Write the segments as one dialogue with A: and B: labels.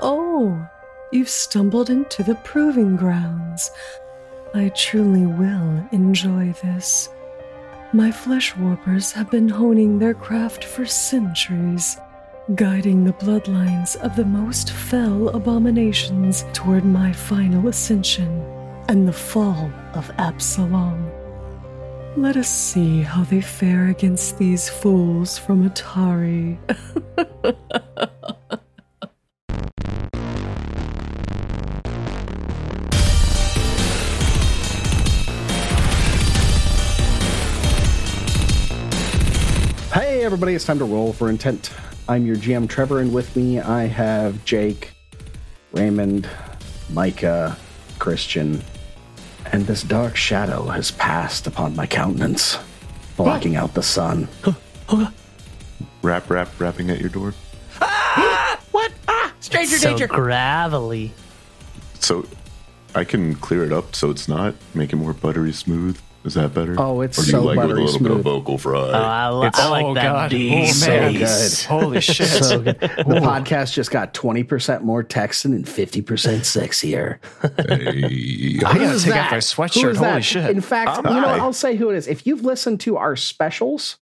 A: oh, you've stumbled into the proving grounds. I truly will enjoy this. My flesh warpers have been honing their craft for centuries, guiding the bloodlines of the most fell abominations toward my final ascension and the fall of Absalom. Let us see how they fare against these fools from Atari.
B: Hey, everybody, it's time to roll for intent. I'm your GM, Trevor, and with me I have Jake, Raymond, Micah, Christian, and this dark shadow has passed upon my countenance, blocking out the sun.
C: Rap, rap, rapping at your door.
D: What? Ah! Stranger
E: so
D: danger.
E: gravelly.
C: So I can clear it up so it's not, make it more buttery smooth. Is that better?
B: Oh, it's
C: or do
B: so
C: you like with a
B: buttery
C: little bit
B: smooth.
C: of vocal fry?
E: Oh, I, li- I like
D: oh,
E: that.
D: God.
E: D.
D: Oh, man.
B: Good.
D: Holy shit.
E: So good.
B: The podcast just got 20% more texting and 50% sexier.
C: Hey.
D: I gotta
B: is
D: take
B: that?
D: off my
B: Who
D: sweatshirt.
B: is
D: Holy
B: that?
D: shit.
B: In fact,
C: I'm
B: you know,
C: I.
B: I'll say who it is. If you've listened to our specials,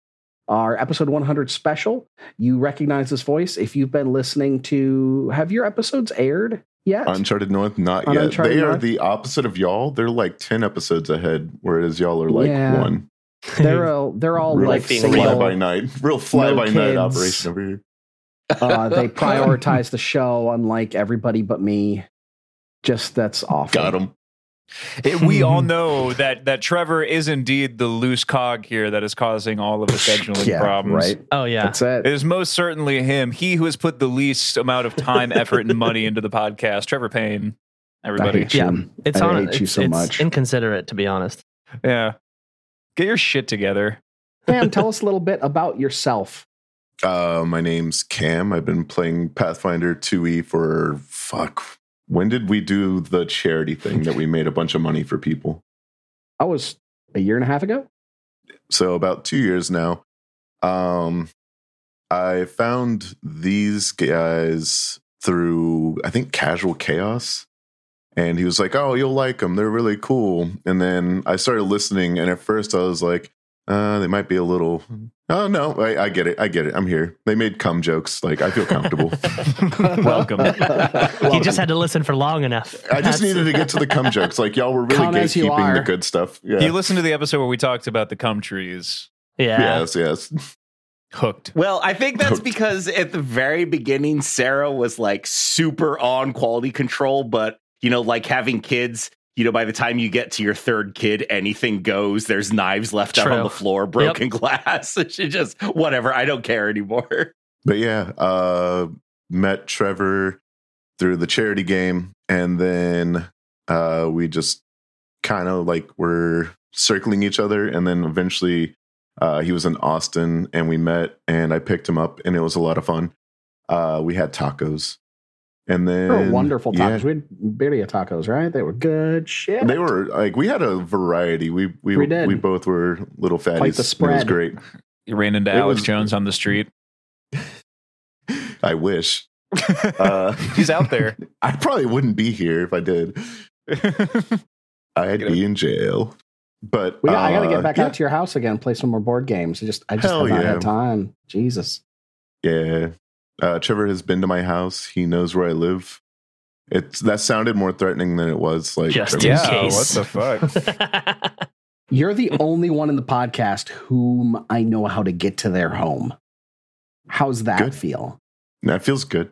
B: our episode 100 special, you recognize this voice. If you've been listening to, have your episodes aired yet?
C: Uncharted North, not
B: On
C: yet.
B: Uncharted
C: they are
B: North?
C: the opposite of y'all. They're like 10 episodes ahead, whereas y'all are like
B: Yeah.
C: one.
B: they're all, they're all
C: Real
B: like
D: being
C: fly
B: single.
C: by night. Real fly
B: No
C: by night
B: kids.
C: operation over here.
B: Uh, they prioritize the show, unlike everybody but me. Just that's awful.
C: Got him.
F: It, we all know that that Trevor is indeed the loose cog here that is causing all of the scheduling
B: Yeah,
F: problems.
B: right.
E: Oh yeah.
B: That's it.
F: It is most certainly him, he who has put the least amount of time, effort, and money into the podcast. Trevor Payne,
B: I
F: everybody.
B: hate
E: Yeah.
B: you.
E: It's
B: I
E: on.
B: hate
E: it's,
B: you so
E: it's
B: much.
E: inconsiderate, to be honest.
F: Yeah. Get your shit together.
B: Pam, tell us a little bit about yourself.
C: Uh, my name's Cam. I've been playing Pathfinder 2e for fuck. When did we do the charity thing that we made a bunch of money for people?
B: I was a year and a half ago.
C: So about two years now. Um, I found these guys through I think Casual Chaos, and he was like, "Oh, you'll like them. They're really cool." And then I started listening, and at first I was like, uh, "They might be a little." Oh no, I, I get it. I get it. I'm here. They made cum jokes. Like I feel comfortable.
F: Welcome.
E: you just had to listen for long enough.
C: I just
E: That's-
C: needed to get to the cum jokes. Like y'all were really
B: Come as you
C: gatekeeping the
B: are.
C: good stuff. Yeah.
F: You listened to the episode where we talked about the cum trees.
E: Yeah.
C: Yes, yes.
F: Hooked.
D: Well, I think that's
C: Don't.
D: because at the very beginning, Sarah was like super on quality control, but you know, like having kids, you know, by the time you get to your third kid, anything goes. There's knives left out
E: True.
D: on the floor, broken glass. she just, whatever, I don't care anymore.
C: But yeah, uh met Trevor through the charity game and then uh we just kind of like were circling each other and then eventually uh he was in Austin and we met and I picked him up and it was a lot of fun. Uh we had tacos. And
B: They
C: then
B: were wonderful
C: yeah,
B: tacos. We had birria tacos, right? They were good shit.
C: They were like we had a variety. We we
B: We
C: we,
B: did.
C: both were little fatties.
B: the
C: and It was
B: spread.
C: great.
F: You ran into
C: It
F: Alex
C: was-
F: Jones on the street.
C: I wish. Uh,
F: He's out there.
C: I probably wouldn't be here if I did. I'd
F: Get
C: be in jail. But
B: We got, I got to
C: uh,
B: get back
C: yeah,
B: out to your house again, and play some more board games. I just, I just
C: Hell
B: have not
C: yeah.
B: had time. Jesus.
C: Yeah. Uh, Trevor has been to my house. He knows where I live. It's that sounded more threatening than it was. Like
E: Just
C: Trevor-
E: in
F: yeah.
E: case.
F: What the fuck?
B: You're the only one in the podcast whom I know how to get to their home. How's that
C: Good.
B: feel?
C: that feels good.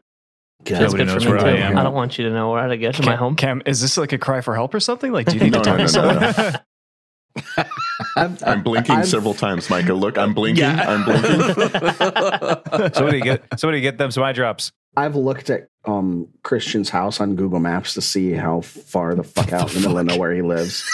B: Good.
E: Feels
F: Nobody
E: good for
F: knows
E: me
F: where
E: too.
F: I am.
E: I don't want you to know where to get to my home.
D: Cam, is this like a cry for help or something? Like,
E: do you need
C: No, to no, talk to no, no, no.
B: I've-
C: I'm blinking
B: I've-
C: several times, Micah. Look, I'm blinking.
D: Yeah.
C: I'm blinking.
F: somebody get somebody get them some eye drops.
B: I've looked at um, Christian's house on Google Maps to see how far the fuck out in the middle of nowhere he lives.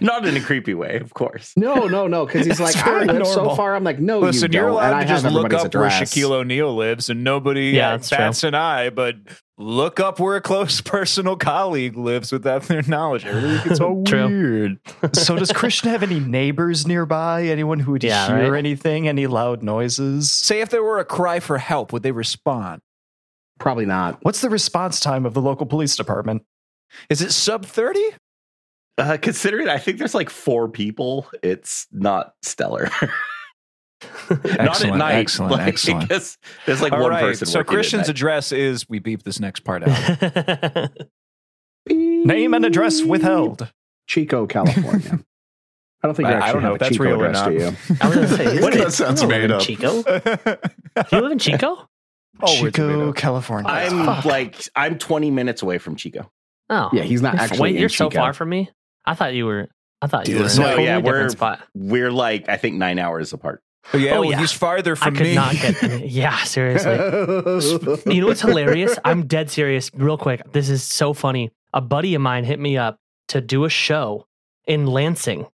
D: Not in a creepy way, of course.
B: No, no, no, because he's like,
F: It's
B: I
F: very
B: live so
F: normal.
B: far. I'm like, no,
F: Listen,
B: you
F: you are
B: don't. and
F: allowed
B: I
F: to
B: have
F: just look
B: everybody's
F: up where
B: address.
F: Shaquille O'Neal lives, and nobody
E: Yeah,
F: uh,
E: that's true.
F: bats an eye. But look up where a close personal colleague lives without their knowledge. Everybody gets all
E: True.
F: weird.
G: so does Krishna have any neighbors nearby? Anyone who would
E: Yeah,
G: hear
E: right?
G: anything? Any loud noises?
F: Say if there were a cry for help, would they respond?
B: Probably not.
G: What's the response time of the local police department?
F: Is it sub thirty?
D: Uh, considering I think there's like four people, it's not stellar. not at
F: Excellent,
D: night.
F: excellent,
D: like,
F: excellent.
D: There's, there's like
F: All
D: one
F: right.
D: person. working
F: So
D: at
F: Christian's
D: night.
F: address is we beep this next part out.
G: Name and address withheld.
B: Chico, California. I don't think you
F: I- I
B: actually
F: don't know
B: have
F: if
B: a
F: that's
B: Chico
F: real or
B: address, do
F: not.
B: you?
E: I was gonna say,
C: That
E: you-
C: sounds
E: you live
C: made
E: in
C: up.
E: Chico? You live in Chico?
F: Oh, we're
G: Chico,
F: tomato.
G: California.
D: I'm
G: Fuck.
D: like I'm 20 minutes away from Chico.
E: Oh,
B: Yeah, he's not
E: You're-
B: actually.
E: Wait,
B: in
E: you're so
B: Chico.
E: far from me. I thought you were. I thought you
C: Dude,
E: were.
C: it's
E: in a
C: not-
E: totally
D: yeah, we're-
E: different spot.
D: We're like I think nine hours apart.
F: yeah,
E: Oh,
F: well,
E: yeah.
F: he's farther
E: I
F: from
E: could
F: me.
E: not get. Yeah, seriously. you know what's hilarious? I'm dead serious. Real quick, this is so funny. A buddy of mine hit me up to do a show in Lansing,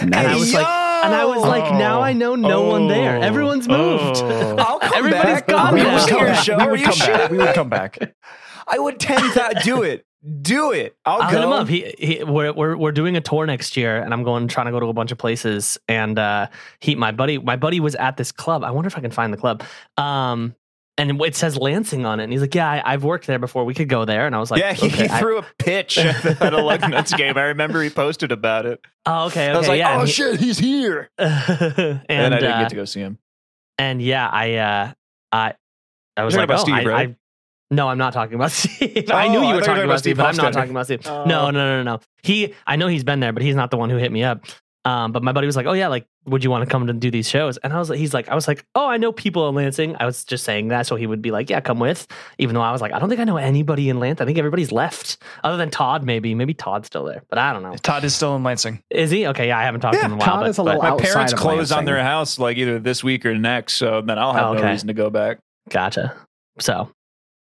E: and I
B: Nice.
E: was like, and I was like, now I know no one there.
B: Oh.
E: Everyone's moved.
F: I'll come
E: Everybody's
F: back.
E: gone
F: We
E: now.
F: would come
E: Your
F: back.
G: We
F: We
G: would
F: would
G: come back.
F: shit.
G: We would come back.
F: I would ten that. Do it. Do it. I'll,
E: I'll
F: go.
E: hit him up. He, he we're, we're we're doing a tour next year, and I'm going trying to go to a bunch of places. And uh, he, my buddy, my buddy was at this club. I wonder if I can find the club. Um, and it says Lansing on it, and he's like, "Yeah, I, I've worked there before. We could go there." And I was like,
F: yeah, he,
E: okay,
F: he
E: I-
F: threw a pitch at a Luck Nuts game. I remember he posted about it.
E: oh, okay, okay,
F: I was like,
E: yeah.
F: oh
E: and he-
F: shit, he's here.
E: and,
F: And, I didn't
E: uh,
F: get to go see him.
E: and yeah, I uh, I I was
F: You're
E: like,
F: talking about
E: oh,
F: Steve,
E: I,
F: right?
E: I- no, I'm not talking about Steve. I knew
F: Oh, I thought you
E: you were
F: were
E: talking
F: talking
E: about
F: about
E: Steve,
F: Steve
E: but I'm not
F: Hofstadter.
E: talking about Steve.
F: Oh.
E: No, no, no, no. He, I know he's been there, but he's not the one who hit me up. Um, but my buddy was like, oh yeah, like, would you want to come to do these shows? And I was like, he's like, I was like, oh, I know people in Lansing. I was just saying that, so he would be like, yeah, come with. Even though I was like, I don't think I know anybody in Lansing. I think everybody's left, other than Todd. Maybe, maybe Todd's still there, but I don't know.
G: Todd is still in Lansing.
E: Is he okay? Yeah, I haven't talked to him in a while.
B: Todd
E: but-
B: is a
E: but-
B: little
F: My
B: outside
F: parents
B: of
F: close on
B: Lansing.
F: their house like either this week or next, so then I'll have
E: Oh,
F: no
E: okay.
F: reason to go back.
E: Gotcha. So,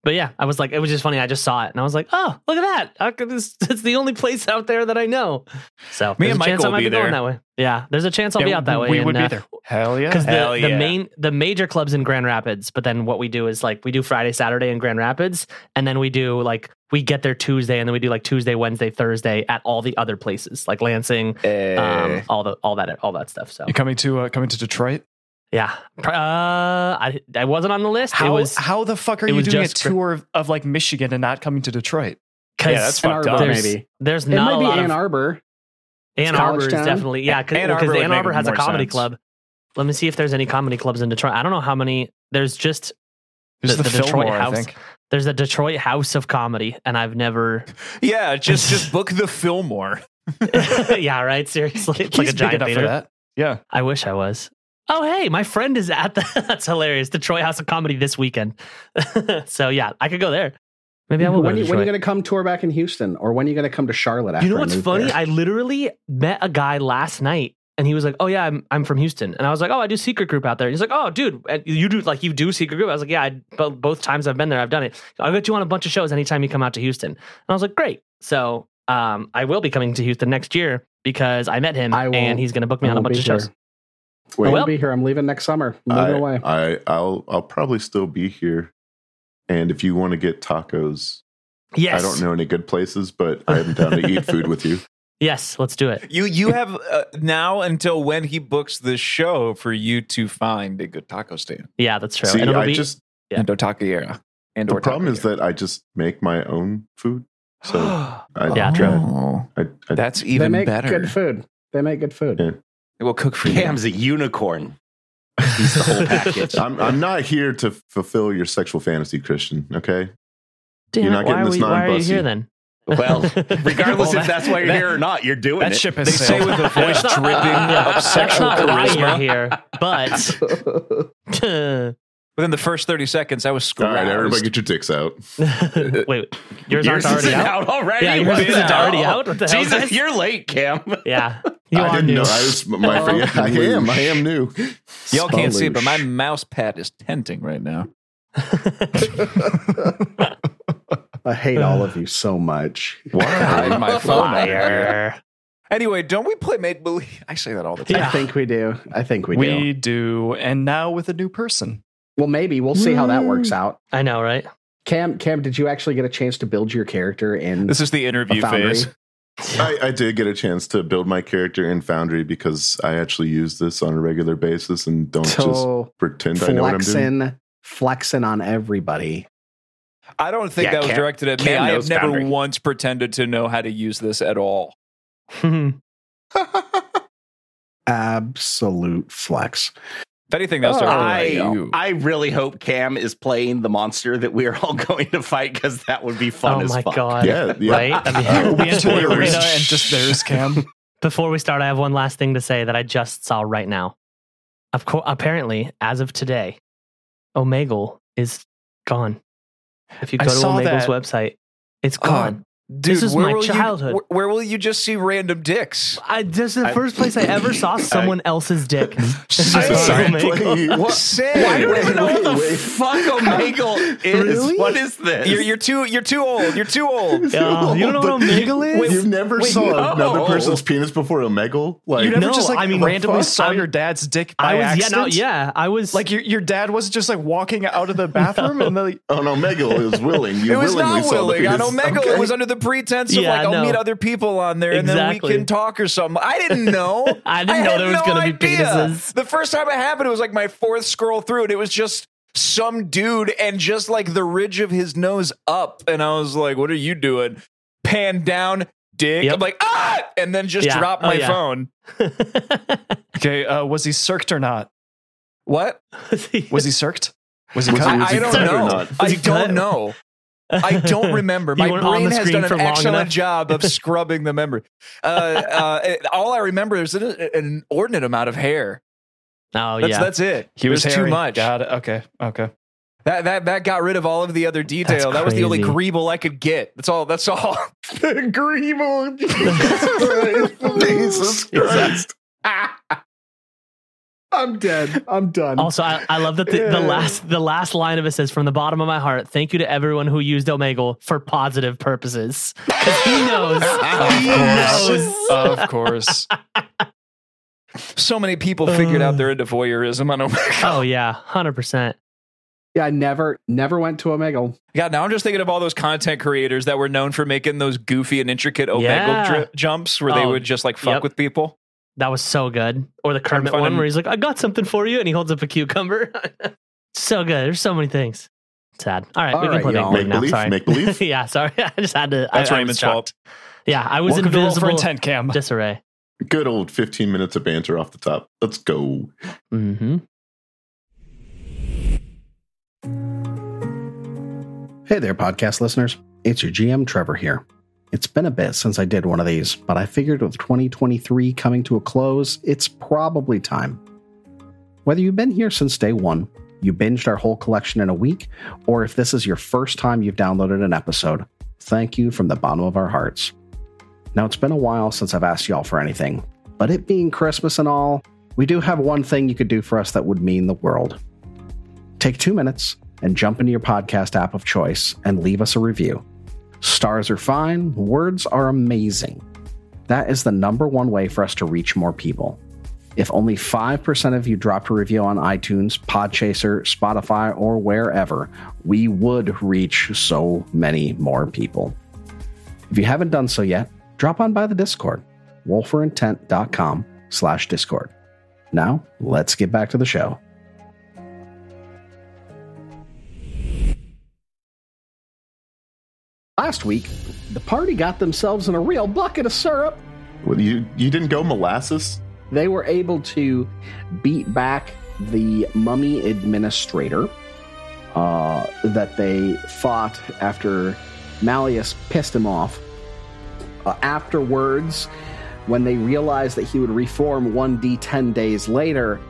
E: but yeah, I was like, it was just funny. I just saw it and I was like, oh, look at that. How could this, it's the only place out there that I know. So,
F: Me
E: there's
F: and
E: a
F: Michael
E: chance I
F: will
E: might
F: be
E: going
F: there.
E: that way. Yeah, there's a chance I'll be
G: Yeah,
E: out that way.
G: We
E: and,
G: would be
E: uh,
G: there. Hell yeah.
E: Because the,
F: Hell
E: the
F: yeah.
E: main the major clubs in Grand Rapids, but then what we do is like we do Friday, Saturday in Grand Rapids, and then we do like we get there Tuesday, and then we do like Tuesday, Wednesday, Thursday at all the other places like Lansing, um, all the all that all that stuff. So
G: You coming to uh, coming to Detroit?
E: yeah, Pr- uh, I I wasn't on the list.
G: How
E: it was
G: how the fuck are
E: it
G: you
E: was
G: doing a
E: just for-
G: tour of, of like Michigan and not coming to Detroit?
E: because
F: Yeah, that's
B: Ann
F: fucked
B: Arbor,
F: up.
E: there's,
B: maybe.
E: There's
B: It
E: not
B: might
E: a
B: be
E: lot
B: Ann
E: of
B: Arbor.
E: Ann
B: College
E: Arbor is
B: Town.
E: definitely yeah
F: Ann
E: because
F: Arbor would
E: Ann
F: make
E: Arbor has a
F: more
E: comedy
F: sense.
E: club. Let me see if there's any comedy clubs in Detroit. I don't know how many. There's just
G: There's
E: The-
G: the,
E: the Detroit
G: Fillmore,
E: house.
G: I think.
E: there's a Detroit House of Comedy, and I've never.
F: Yeah, just just book the Fillmore.
E: yeah, right. Seriously, it's like
G: He's
E: a
G: big
E: giant
G: enough for
E: theater.
G: that. Yeah.
E: I wish I was. Oh hey, my friend is at the. That's hilarious. Detroit House of Comedy this weekend. so yeah, I could go there. Maybe I will.
B: when,
E: go
B: you,
E: to
B: when are you
E: Detroit.
B: going to come tour back in Houston, or when are you going to come to Charlotte? After
E: You know
B: I
E: what's
B: move
E: funny?
B: there?
E: I literally met a guy last night and he was like, Oh yeah, I'm I'm from Houston. And I was like, Oh, I do secret group out there. And he's like, Oh, dude, and you do like you do secret group. I was like, Yeah, I, bo- both times I've been there, I've done it. I'll get you on a bunch of shows anytime you come out to Houston. And I was like, Great. So um I will be coming to Houston next year because I met him
B: I won't-
E: and he's gonna book me
B: I
E: on a
B: won't
E: bunch
B: be
E: of shows.
B: here. I
E: Well-
B: won't be here. I'm leaving next summer. I'm
C: I,
B: moving away.
C: I, I'll, I'll probably still be here. And if you want to get tacos,
E: Yes.
C: I don't know any good places, but I'm down to eat food with you.
E: Yes, let's do it.
F: You you have uh, now until when he books the show for you to find a good taco stand.
E: Yeah, that's true.
C: See,
E: And it'll
C: I
E: be-
C: just
E: Yeah.
F: And Otakiera. And
C: the problem is that I just make my own food, so I
E: Yeah.
C: drive. I, I,
F: Oh. that's
B: they
F: even
B: make
F: better.
B: good food. They make good food.
C: Yeah.
F: It will cook for you.
D: Cam's a unicorn. He's the whole package.
C: I'm, I'm not here to fulfill your sexual fantasy, Christian. Okay,
E: Damn
C: you're
E: it,
C: not
E: why,
C: getting
E: are
C: this
E: we, why are you
C: non-bussy.
E: here then?
D: Well, regardless
G: Well,
D: if
G: that-
D: that's why you're
G: that-
D: here or not, you're doing
G: That
D: it.
G: ship
F: They
G: is
F: say
G: sailed.
F: with a voice dripping of sexual
E: That's not why you're
F: charisma.
E: here, but
F: Within the first 30 seconds, I was
C: all
F: screwed.
C: right, everybody, get your dicks out.
E: wait, wait, yours aren't
D: Yours
E: already
D: isn't
E: out.
D: already.
E: Yeah, yours
D: What
E: isn't
D: the
E: already
D: hell?
E: out? What the hell,
D: Jesus,
E: guys?
D: you're late, Cam.
E: Yeah, you
C: I
E: are
C: didn't
E: new. Oh.
C: know. I was my. yeah, I am. I am new.
F: Y'all can't see it, but my
B: Spaloosh.
F: mouse pad is tenting right now.
B: I hate all of you so much.
C: Why?
F: my phone
E: Liar.
F: Anyway, don't we play make believe? I say that all the time.
B: I think we do. I think we, do.
G: We do. And now with a new person.
B: Well, maybe we'll see how that works out.
E: I know, right?
B: Cam, Cam, did you actually get a chance to build your character in
F: This is the
B: a
F: interview
B: foundry?
F: phase.
C: I, I did get a chance to build my character in Foundry because I actually use this on a regular basis and don't just
B: So
C: pretend I know what I'm doing.
B: flexing, flexing on everybody.
F: I don't think
D: Yeah,
F: that was
D: Cam-
F: directed at me.
D: Cam
F: I have
D: knows
F: never
D: Foundry.
F: once pretended to know how to use this at all.
E: Mhm.
B: Absolute flex.
F: If anything, that's directed
D: I,
F: at you.
D: I really hope Cam is playing the monster that we are all going to fight because that would be fun
E: oh
D: as
E: my
D: fuck.
E: god!
C: Yeah, yeah.
E: Right? I mean,
G: We enter the
C: Totally.
G: arena and just there's Cam.
E: Before we start, I have one last thing to say that I just saw right now. Of course, apparently, as of today, Omegle is gone. If you
G: I
E: go to
G: saw
E: Omegle's
G: that.
E: website, it's
F: Oh,
E: gone.
F: Dude,
E: This is
F: where
E: my
F: will you-
E: childhood.
F: wh- where will you just see random dicks?
E: I just the
D: I-
E: first place I ever saw someone else's dick. It's
C: I'm
E: just
C: sorry,
E: Omegle.
C: playing you.
F: Sam,
D: I don't even know what the
C: wait.
D: fuck Omegle is.
E: Really?
D: What is this?
F: You're, you're too you're too old. You're too old.
E: Yeah, you don't know what Omegle is?
C: You've never
E: Oh, Wait,
C: saw
D: no.
C: another person's penis before Omegle? Like,
G: You never
E: No,
G: just like
E: I mean,
G: randomly
E: fuck?
G: saw
E: I'm-
G: your dad's dick by
E: I was yeah, no,
G: accident.
E: yeah, I was
G: Like your your dad wasn't just like walking out of the bathroom and the
C: on Omegle is willing. You
F: It was
C: willingly
F: not
C: saw the
F: willing on
C: penis.
F: Omegle.
C: Okay.
F: It was under the pretense of
E: Yeah,
F: like I'll
E: no.
F: meet other people on there and then
E: Exactly.
F: we can talk or something. I didn't know.
E: I didn't know
F: had
E: there was
F: no
E: gonna be
F: idea.
E: penises.
F: The first time it happened, it was like my fourth scroll through, and it was just some dude and just like the ridge of his nose up, and I was like, "What are you doing?" Pan down, dick.
E: Yep.
F: I'm like ah, and then just
E: Yeah.
F: drop
E: Oh,
F: my
E: yeah.
F: phone.
G: Okay, uh, was he circed or not?
F: What?
G: Was he circed? Was he
C: Was he-
G: cut?
F: I,
C: was
F: I
C: he
F: don't
C: cut or
F: know.
C: not?
E: Was
F: I
E: he cut?
F: don't know. I don't remember.
E: You
F: My
E: weren't on
F: brain
E: the
F: has
E: screen
F: done
E: for
F: an
E: long enough.
F: excellent job of scrubbing the memory. Uh, uh, it- all I remember is an, an inordinate amount of hair.
E: oh
F: That's
E: yeah,
F: that's it.
G: He was
F: There's too
G: hairy.
F: much.
G: Got it. Okay. Okay.
F: That that that got rid of all of the other detail. That was the only
E: crazy.
F: greeble I could get. That's all. That's all.
C: Jesus Christ.
B: I'm dead. I'm done.
E: Also, I, I love that the, the last the last line of it says, "From the bottom of my heart, thank you to everyone who used Omegle for positive purposes." 'Cause he knows, he knows.
G: of course.
F: So many people figured out
E: Uh.
F: they're into voyeurism. I don't.
E: Oh yeah, hundred percent.
B: yeah, I never, never went to Omegle.
F: God, now I'm just thinking of all those content creators that were known for making those goofy and intricate Omegle
E: Yeah.
F: dri- jumps where they
E: Oh,
F: would just like fuck
E: yep.
F: with people.
E: That was so good. Or the Kermit
F: find
E: one
F: him.
E: where he's like, "I got something for you," and he holds up a cucumber. so good. There's so many things. Sad. All right,
B: All
E: we can
B: right,
E: play
B: y'all.
E: make believe now.
C: Make-believe,
E: Sorry,
C: make-believe.
E: yeah, sorry. I just had to.
F: That's
E: I- I was
F: Raymond's
E: shocked.
F: fault.
E: Yeah, I was
G: Welcome to Roll for
E: invisible.
G: Intent, Cam.
E: disarray.
C: Good old 15 minutes of banter off the top. Let's go.
E: Mm-hmm.
B: Hey there, podcast listeners. It's your GM Trevor here. It's been a bit since I did one of these, but I figured with 2023 coming to a close, it's probably time. Whether you've been here since day one, you binged our whole collection in a week, or if this is your first time you've downloaded an episode, thank you from the bottom of our hearts. Now, it's been a while since I've asked y'all for anything, but it being Christmas and all, we do have one thing you could do for us that would mean the world take two minutes and jump into your podcast app of choice and leave us a review. Stars are fine, words are amazing. That is the number one way for us to reach more people. If only 5% of you dropped a review on iTunes, Podchaser, Spotify, or wherever, we would reach so many more people. If you haven't done so yet, drop on by the Discord, wolferintent.com slash Discord. Now, let's get back to the show. Last week, the party got themselves in a real bucket of syrup.
C: Well, You you didn't go molasses?
B: They were able to beat back the mummy administrator uh, that they fought after Malleus pissed him off. Uh, afterwards, when they realized that he would reform 1d10 days later,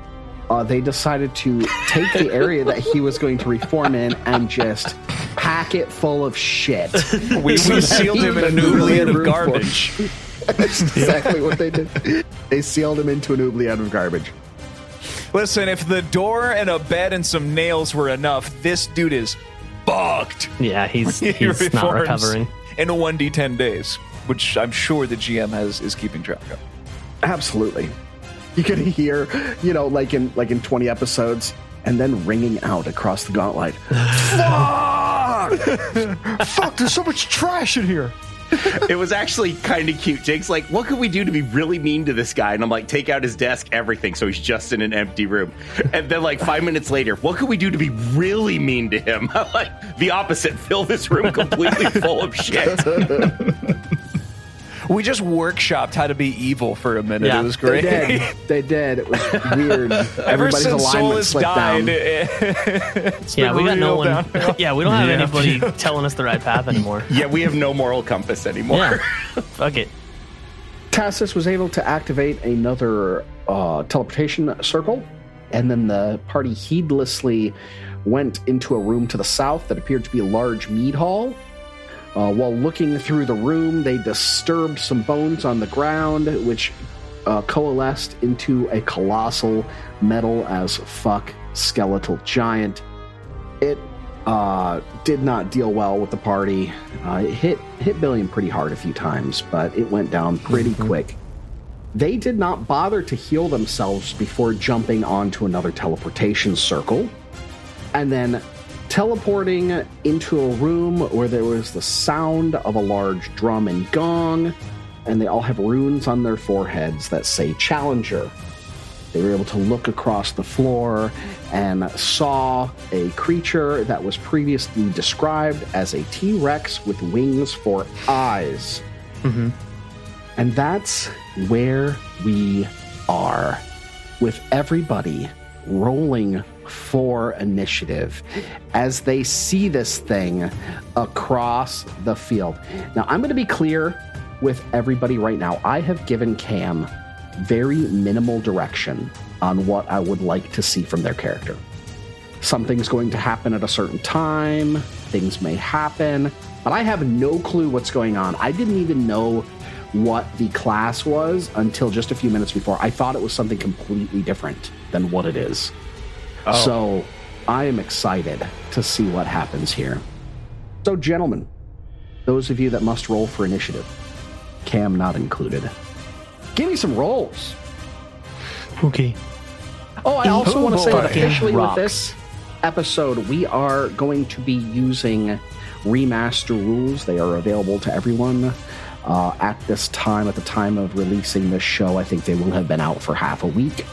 B: uh, they decided to take the area that he was going to reform in and just pack it full of shit.
F: We, we sealed him in a
B: Really
F: oubliette
B: rude for-
F: of garbage.
B: That's exactly what they did. They sealed him into an oubliette of garbage.
F: Listen, if the door and a bed and some nails were enough, this dude is fucked.
E: Yeah, he's
F: He
E: he's not
F: reforms
E: recovering.
F: in 1d10 days. which I'm sure the GM has is keeping track of.
B: Absolutely. You can hear, you know, like in like in 20 episodes, and then ringing out across the gauntlet.
G: Fuck, there's so much trash in here.
D: it was actually kind of cute. Jake's like, "What could we do to be really mean to this guy?" And I'm like, "Take out his desk, everything." So he's just in an empty room. And then like five minutes later, what could we do to be really mean to him? I'm like the opposite. Fill this room completely full of shit.
F: We just workshopped how to be evil for a minute.
E: Yeah.
F: It was
B: They
F: great.
B: did. They did. It was weird.
F: Ever
B: Everybody's
F: since
B: alignment
F: Solus
B: slipped
F: died, eh,
B: down.
F: it's
E: yeah,
F: been
E: we got no
F: real
E: one.
F: down.
E: yeah, we don't have
G: Yeah.
E: anybody telling us the right path anymore.
D: Yeah, we have no moral compass anymore.
E: Yeah, fuck it.
B: Tassus was able to activate another uh, teleportation circle, and then the party heedlessly went into a room to the south that appeared to be a large mead hall. Uh, while looking through the room, they disturbed some bones on the ground, which uh, coalesced into a colossal metal as fuck skeletal giant. It uh, did not deal well with the party. Uh, it hit hit Billion pretty hard a few times, but it went down pretty quick. They did not bother to heal themselves before jumping onto another teleportation circle, and then teleporting into a room where there was the sound of a large drum and gong, and they all have runes on their foreheads that say Challenger. They were able to look across the floor and saw a creature that was previously described as a T Rex with wings for eyes. Mm-hmm. And that's where we are with everybody rolling for initiative as they see this thing across the field. Now, I'm going to be clear with everybody right now. I have given Cam very minimal direction on what I would like to see from their character. Something's going to happen at a certain time, things may happen, but I have no clue what's going on. I didn't even know what the class was until just a few minutes before. I thought it was something completely different than what it is. So I am excited to see what happens here. So, gentlemen, those of you that must roll for initiative, Cam not included, give me some rolls.
E: Okay.
B: Oh, I also want to say that
E: fucking
B: officially
E: rocks.
B: with this episode, we are going to be using remaster rules. They are available to everyone uh, at this time. At the time of releasing this show, I think they will have been out for half a week.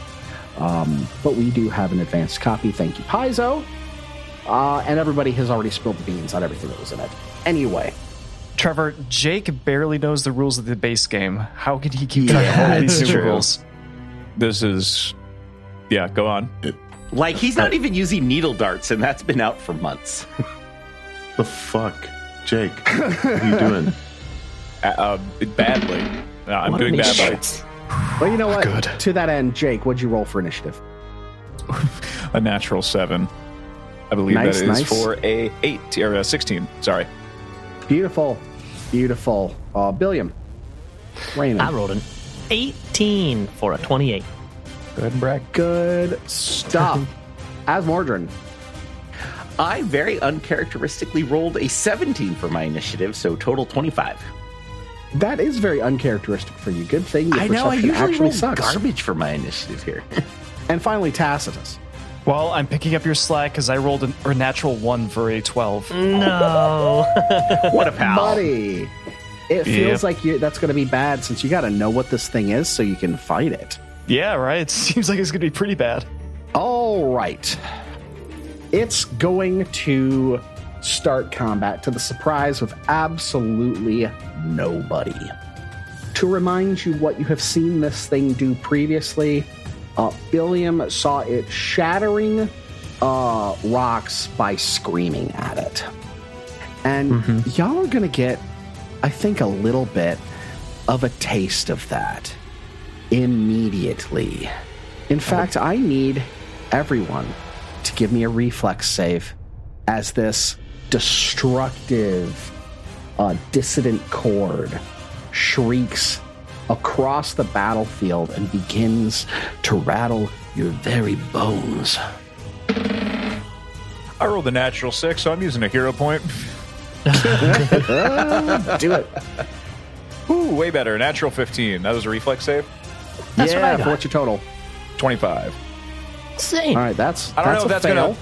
B: Um, but we do have an advanced copy. Thank you, Paizo. Uh, and everybody has already spilled the beans on everything that was in it. Anyway,
G: Trevor, Jake barely knows the rules of the base game. How could he keep
B: Yeah,
G: track of all these
F: it's
G: new
F: true.
G: rules?
F: This is, yeah. Go on.
D: Like he's not even using needle darts, and that's been out for months.
C: The fuck, Jake? What are you doing?
F: Uh, uh, badly. No, I'm
B: Let
F: doing
B: me
F: badly.
B: well,
F: Ah,
B: you know what?
G: Good.
B: To that end, Jake, what'd you roll for initiative?
F: A natural seven. I believe
B: Nice,
F: that is
B: nice.
F: for a eight or a sixteen. Sorry.
B: Beautiful, beautiful. Uh, Billiam, Raymond.
E: I rolled an 18 for a 28.
G: Good, Breck.
B: Good stuff. As Mordrin,
D: I very uncharacteristically rolled a 17 for my initiative, so total 25.
B: that is very uncharacteristic for you. Good thing your
D: I know I
B: perception
D: usually
B: actually
D: roll
B: sucks.
D: garbage for my initiative here.
B: And finally, Tacitus.
G: Well, I'm picking up your slack because I rolled an, a natural one for a 12.
E: No.
D: what a pal!
B: Buddy, it feels
G: Yep.
B: like you, that's going to be bad since you got to know what this thing is so you can fight it.
G: Yeah, right? Seems like it's going to be pretty bad.
B: All right. It's going to start combat to the surprise of absolutely nobody. To remind you what you have seen this thing do previously, uh, Billiam saw it shattering uh, rocks by screaming at it. And y'all are going to get, I think, a little bit of a taste of that immediately. In fact, I need everyone to give me a reflex save as this destructive, uh, dissident chord shrieks across the battlefield and begins to rattle your very bones.
F: I rolled a natural six, so I'm using a hero point.
B: Do it.
F: Ooh, way better. Natural 15. That was a reflex save.
E: That's
B: yeah,
E: what I
B: for
E: got.
B: what's your total?
F: 25.
E: Insane.
B: All right, that's
F: I don't know
B: a
F: if that's
B: fail.
F: gonna.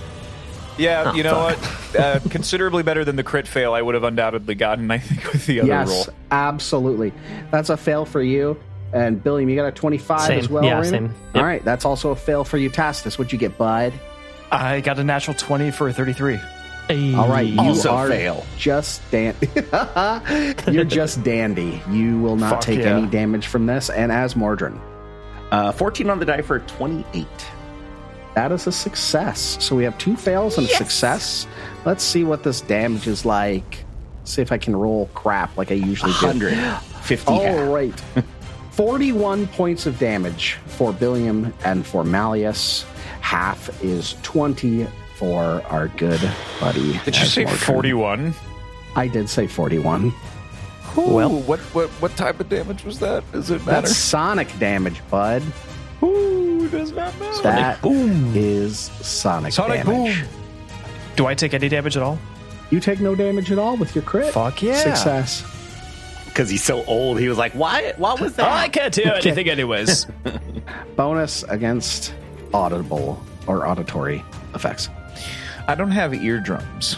F: Yeah,
E: Oh,
F: you know what? Uh, considerably better than the crit fail I would have undoubtedly gotten. I think with the other
B: Yes,
F: roll.
B: absolutely. That's a fail for you. And Billiam, you got a 25 as
E: Same.
B: well.
E: Yeah,
B: Raymond?
E: same.
B: All
E: Yep.
B: right, that's also a fail for you, Tastis. What'd you get, bud?
G: I got a natural 20 for a 33.
B: All right, you
D: Also
B: are
D: fail.
B: just dan- You're just dandy. You will not
G: Fuck
B: take
G: yeah.
B: any damage from this. And as Mordrin,
D: Uh, 14 on the die for 28.
B: that is a success. So we have two fails and a success. Let's see what this damage is like. See if I can roll crap like I usually do.
D: 150
B: All
D: half.
B: right. 41 points of damage for Billiam and for Malleus. Half is 20 for our good buddy.
F: Did you say
B: Asmorgan.
F: forty-one?
B: I did say 41.
F: Well, what, what what type of damage was that? Does it matter?
B: That's sonic damage, bud.
F: Ooh, does not matter.
B: That is
F: boom.
B: sonic,
F: Sonic
B: damage.
F: boom.
G: Do I take any damage at all?
B: You take no damage at all with your crit.
G: Fuck yeah.
B: Success.
D: Because he's so old. He was like, why? What was
F: Oh,
D: that?
G: I can't do anything, anyways.
B: Bonus against audible or auditory effects.
F: I don't have eardrums.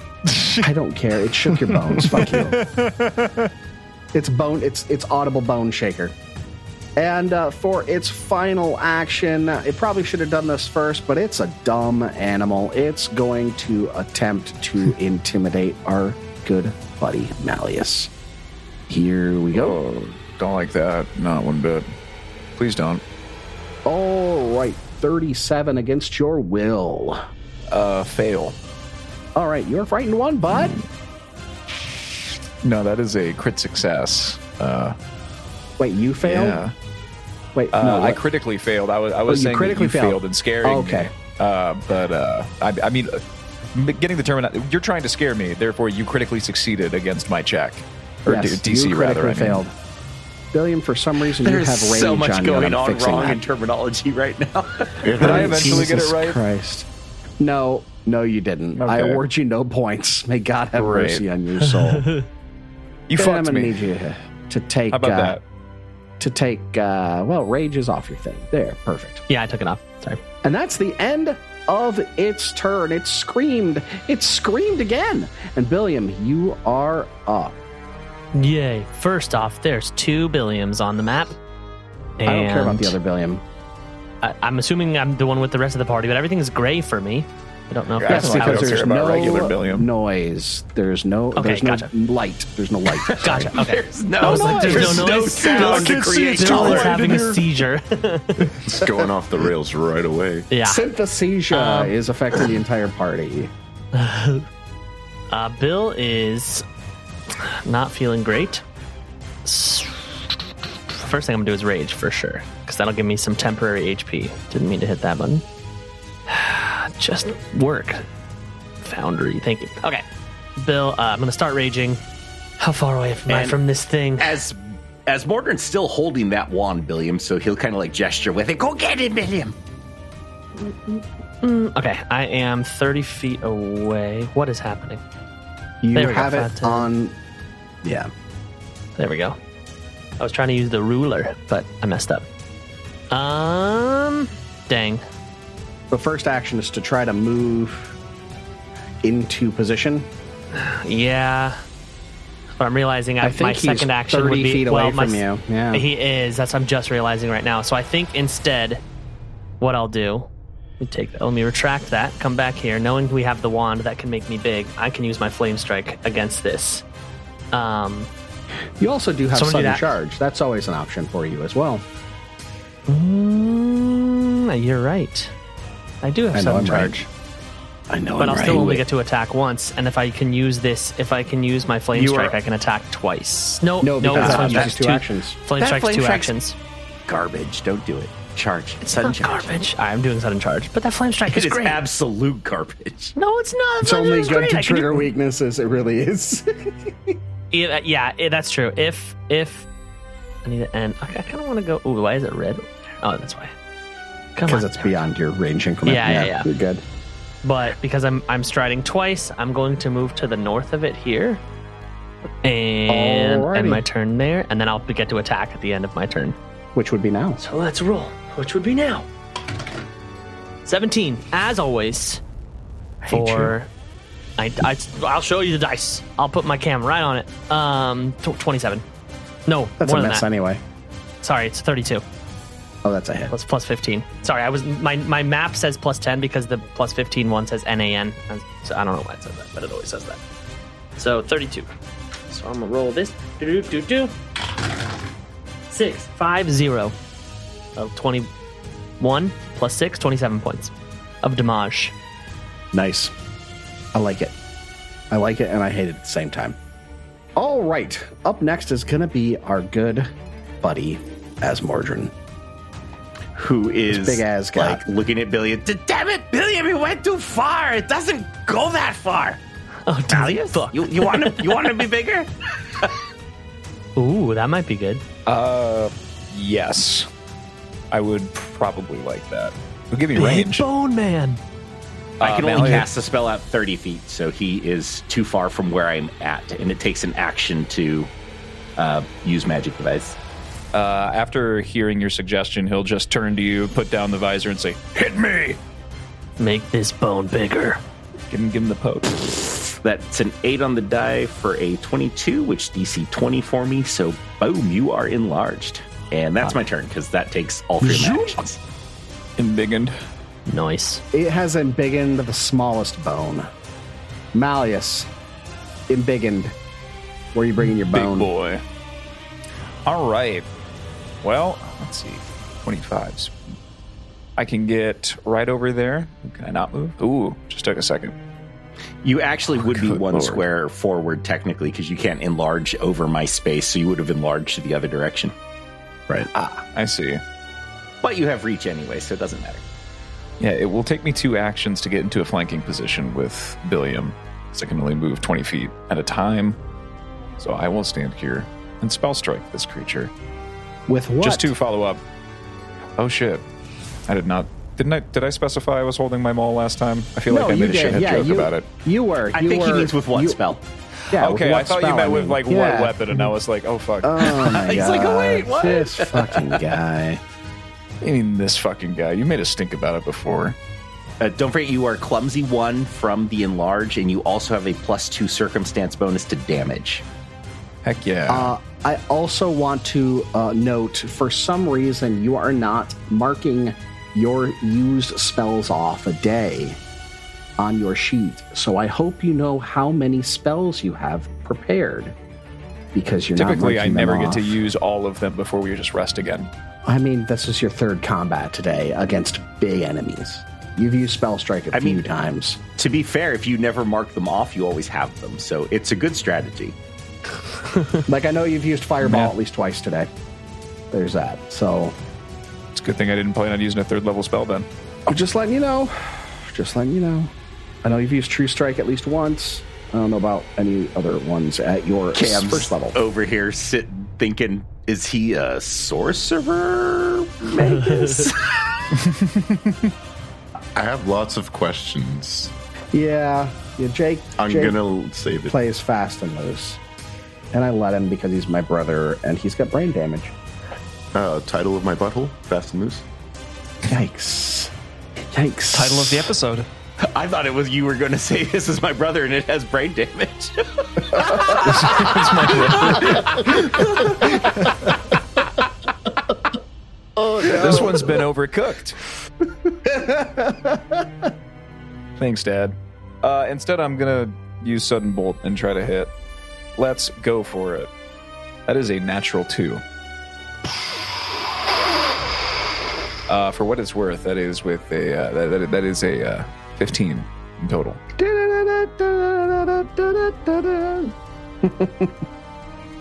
B: I don't care. It shook your bones. Fuck you. It's bone. It's it's audible bone shaker. And uh, for its final action, it probably should have done this first, but it's a dumb animal. It's going to attempt to intimidate our good buddy Malleus. Here we go.
F: Oh, don't like that. Not one bit. Please don't.
B: All right, 37 against your will.
F: Uh, fail.
B: All right, you're frightened one, bud.
F: No, that is a crit success. Uh,
B: Wait, you failed?
F: yeah.
B: Wait,
F: Uh,
B: no,
F: I
B: what?
F: critically failed. I was I was
B: you
F: saying
B: critically
F: critically that you
B: failed.
F: failed. and scaring.
B: Okay.
F: Me. Uh, but uh, I, I mean, uh, m- getting the terminology. You're trying to scare me. Therefore, you critically succeeded against my check or
B: Yes,
F: d- DC
B: you
F: rather. I
B: critically
F: mean.
B: failed. Billiam, for some reason, you
D: There's
B: have rage
D: so much
B: on you,
D: going
B: and I'm
D: on
B: fixing
D: wrong
B: that.
D: in terminology right now.
C: It
F: Did I
C: hurts.
F: eventually get it
B: Jesus
F: right?
B: Christ. No, no, you didn't. I
F: Okay.
B: award you no points. May God have
F: Great.
B: mercy on your soul.
F: You
B: Then I'm
F: fucked
B: gonna
F: me.
B: need you to take
F: How about
B: uh,
F: that?
B: to take uh, well, rage is off your thing. There, perfect.
E: Yeah, I took it off. Sorry.
B: And that's the end of its turn. It screamed. It screamed again. And Billiam, you are up.
E: Yay. First off, there's two Billiams on the map. And
B: I don't care about the other Billiam.
E: I, I'm assuming I'm the one with the rest of the party, but everything's gray for me. I don't know if
F: Yeah,
E: that's
B: That's
F: don't- I
E: allowed.
B: because
F: care
B: there's
F: about
B: no
F: regular Billiam.
B: noise. There's no. there's no
E: gotcha.
B: light. There's no light.
E: Gotcha. Okay.
D: There's no,
E: I was like, there's no noise.
D: sound to
C: Look, it's-
D: create
C: it's
E: Dylan's
C: all
D: color.
C: right.
E: having a
C: in here.
E: seizure.
C: It's going off the rails right away.
E: yeah.
B: Synthesesia
E: Um,
B: is affecting the entire party.
E: Uh, Bill is not feeling great. S- First thing I'm gonna do is rage for sure, because that'll give me some temporary HP. Didn't mean to hit that button. Just work, Foundry. Thank you. Okay, Bill, uh, I'm gonna start raging. How far away am I
D: And-
E: from this thing?
D: As as Mordrin's still holding that wand, Billiam, so he'll kind of like gesture with it. Go get it, Billiam.
E: Okay, I am 30 feet away. What is happening?
B: You
E: There we go,
B: have
E: five,
B: it
E: ten.
B: on. Yeah.
E: There we go. I was trying to use the ruler, but I messed up. Um, dang.
B: The first action is to try to move into position.
E: Yeah. But I'm realizing I,
B: I think
E: my
B: he's
E: second action
B: 30
E: would be
B: feet away
E: well, my
B: from
E: s-
B: you. Yeah.
E: He is. That's I'm just realizing right now. So I think instead, what I'll do, let me take that. Let me retract that. Come back here, knowing we have the wand that can make me big. I can use my flame strike against this. Um.
B: You also do have
E: So I'm gonna do
B: sudden
E: that.
B: charge. That's always an option for you as well.
E: mm, you're right. I do have
B: I know
E: some
B: I'm right.
E: charge,
B: I know,
E: but I'll still only get to attack once. And if I can use this, if I can use my flame
D: You
E: strike,
D: are-
E: I can attack twice. No,
B: no, because that
E: flame strike's
B: uses two actions.
E: Flame
D: That
E: strike's
D: flame
E: two
D: strike's-
E: actions.
D: Garbage. Don't do it. Charge. It's sun
E: Not
D: charge.
E: garbage. I'm doing sudden charge, but that flame strike
D: It
E: is
D: is
E: great.
D: absolute garbage.
E: no, it's not.
B: It's only
E: It's
B: good
E: great.
B: to
E: I can
B: trigger
E: do-
B: weaknesses. It really is.
E: Yeah, yeah, yeah, that's true. If if I need to end, okay, I kind of want to go. Ooh, why is it red? Oh, that's why. Come
B: Because
E: on.
B: it's beyond your range increment.
E: Yeah, yeah, yeah.
B: You're good.
E: But because I'm I'm striding twice, I'm going to move to the north of it here, And
B: Alrighty.
E: end my turn there, and then I'll get to attack at the end of my turn.
B: which would be now.
E: So let's roll, which would be now. 17, as always.
G: hate you.
E: For. I, I, will show you the dice. I'll put my cam right on it. Um, tw- 27. No,
B: That's
E: more
B: a
E: than
B: mess
E: that.
B: anyway.
E: Sorry, it's 32.
B: Oh, that's a hit.
E: Plus plus 15. Sorry, I was my my map says plus 10 because the plus 15 one says NAN. And So I don't know why it says that, but it always says that. So 32. So I'm gonna roll this. Do do do do. Six five zero. Of 21 plus six, 27 points of damage.
B: Nice. I like it. I like it and I hate it at the same time. All right. Up next is going to be our good buddy, Asmordran.
D: who is
B: big ass guy.
D: like looking at Billy. and, Damn it, Billy! We went too far. It doesn't go that far.
E: Oh,
D: Dahlia, you you want to you want to be bigger?
E: Ooh, that might be good.
F: Uh, yes, I would probably like that. It'll give me range.
E: Bone Man.
D: I can
F: Uh,
D: only
F: Mallory-
D: cast the spell out thirty feet, so he is too far from where I'm at, and it takes an action to uh, use magic device.
F: Uh, after hearing your suggestion, he'll just turn to you, put down the visor, and say, "Hit me!"
E: Make this bone bigger.
F: Give him, give him the poke.
D: That's an eight on the die for a twenty-two, which DC twenty for me. So boom, you are enlarged, and that's my turn because that takes all three of my actions.
F: Embiggened.
E: Nice.
B: It has embiggened the smallest bone. Malleus, embiggened. Where are you bringing your
F: Big
B: bone?
F: boy. All right. Well, let's see. 25s. I can get right over there. Can I not move? Ooh, just took a second.
D: You actually would be
F: Good
D: one
F: lord.
D: square forward technically because you can't enlarge over my space, so you would have enlarged to the other direction. Ah.
B: Right.
F: I see.
D: But you have reach anyway, so it doesn't matter.
F: Yeah, it will take me two actions to get into a flanking position with Billiam, because I can only move 20 feet at a time. So I will stand here and spell strike this creature.
B: With what?
F: Just to follow up. Oh shit! I did not. Didn't I? Did I specify I was holding my maul last time? I feel like I made a shithead joke
B: you,
F: about it.
B: You were.
D: I
B: you
D: think he
B: were-
D: means with one
B: you-
D: spell.
B: Yeah, with
F: Okay, I
B: what
F: thought you
B: spell,
F: meant
B: I
F: with
B: mean.
F: like
B: Yeah.
F: what weapon, and I was like, oh fuck.
B: Oh my
D: He's
B: god.
D: like, "Oh, wait, what?"
B: This fucking guy.
F: I mean, this fucking guy. You made a stink about it before.
D: Uh, don't forget, you are clumsy one from the enlarge, and you also have a plus two circumstance bonus to damage. Um,
F: Heck yeah.
B: Uh, I also want to uh, note for some reason you are not marking your used spells off a day on your sheet. So I hope you know how many spells you have prepared because you're
F: Typically,
B: not
F: I
B: marking them
F: never get to
B: off.
F: use all of them before we just rest again.
B: I mean, this is your third combat today against big enemies. You've used spell strike a
D: I
B: few
D: mean-
B: times.
D: To be fair, if you never mark them off, you always have them, so it's a good strategy.
B: Like I know you've used fireball
F: Yeah.
B: at least twice today. There's that. So
F: It's a good thing I didn't plan on using a third level spell then.
B: I'm just letting you know. Just letting you know. I know you've used True Strike at least once. I don't know about any other ones at your
D: Cam's
B: first level.
D: over here sitting thinking, is he a sorcerer? Magus?
C: I have lots of questions.
B: Yeah, yeah. Jake,
C: I'm
B: Jake
C: gonna save it.
B: plays fast and loose, and I let him because he's my brother and he's got brain damage.
C: Uh, title of my butthole: Fast and Loose.
B: Yikes! Yikes!
G: Title of the episode.
D: I thought it was you were going to say, this is my brother, and it has brain damage.
F: This one's been overcooked. Thanks, Dad. Uh, instead, I'm gonna use sudden bolt and try to hit. Let's go for it. That is a natural two. Uh, for what it's worth, that is with a uh, that, that, that is a uh, 15 in total.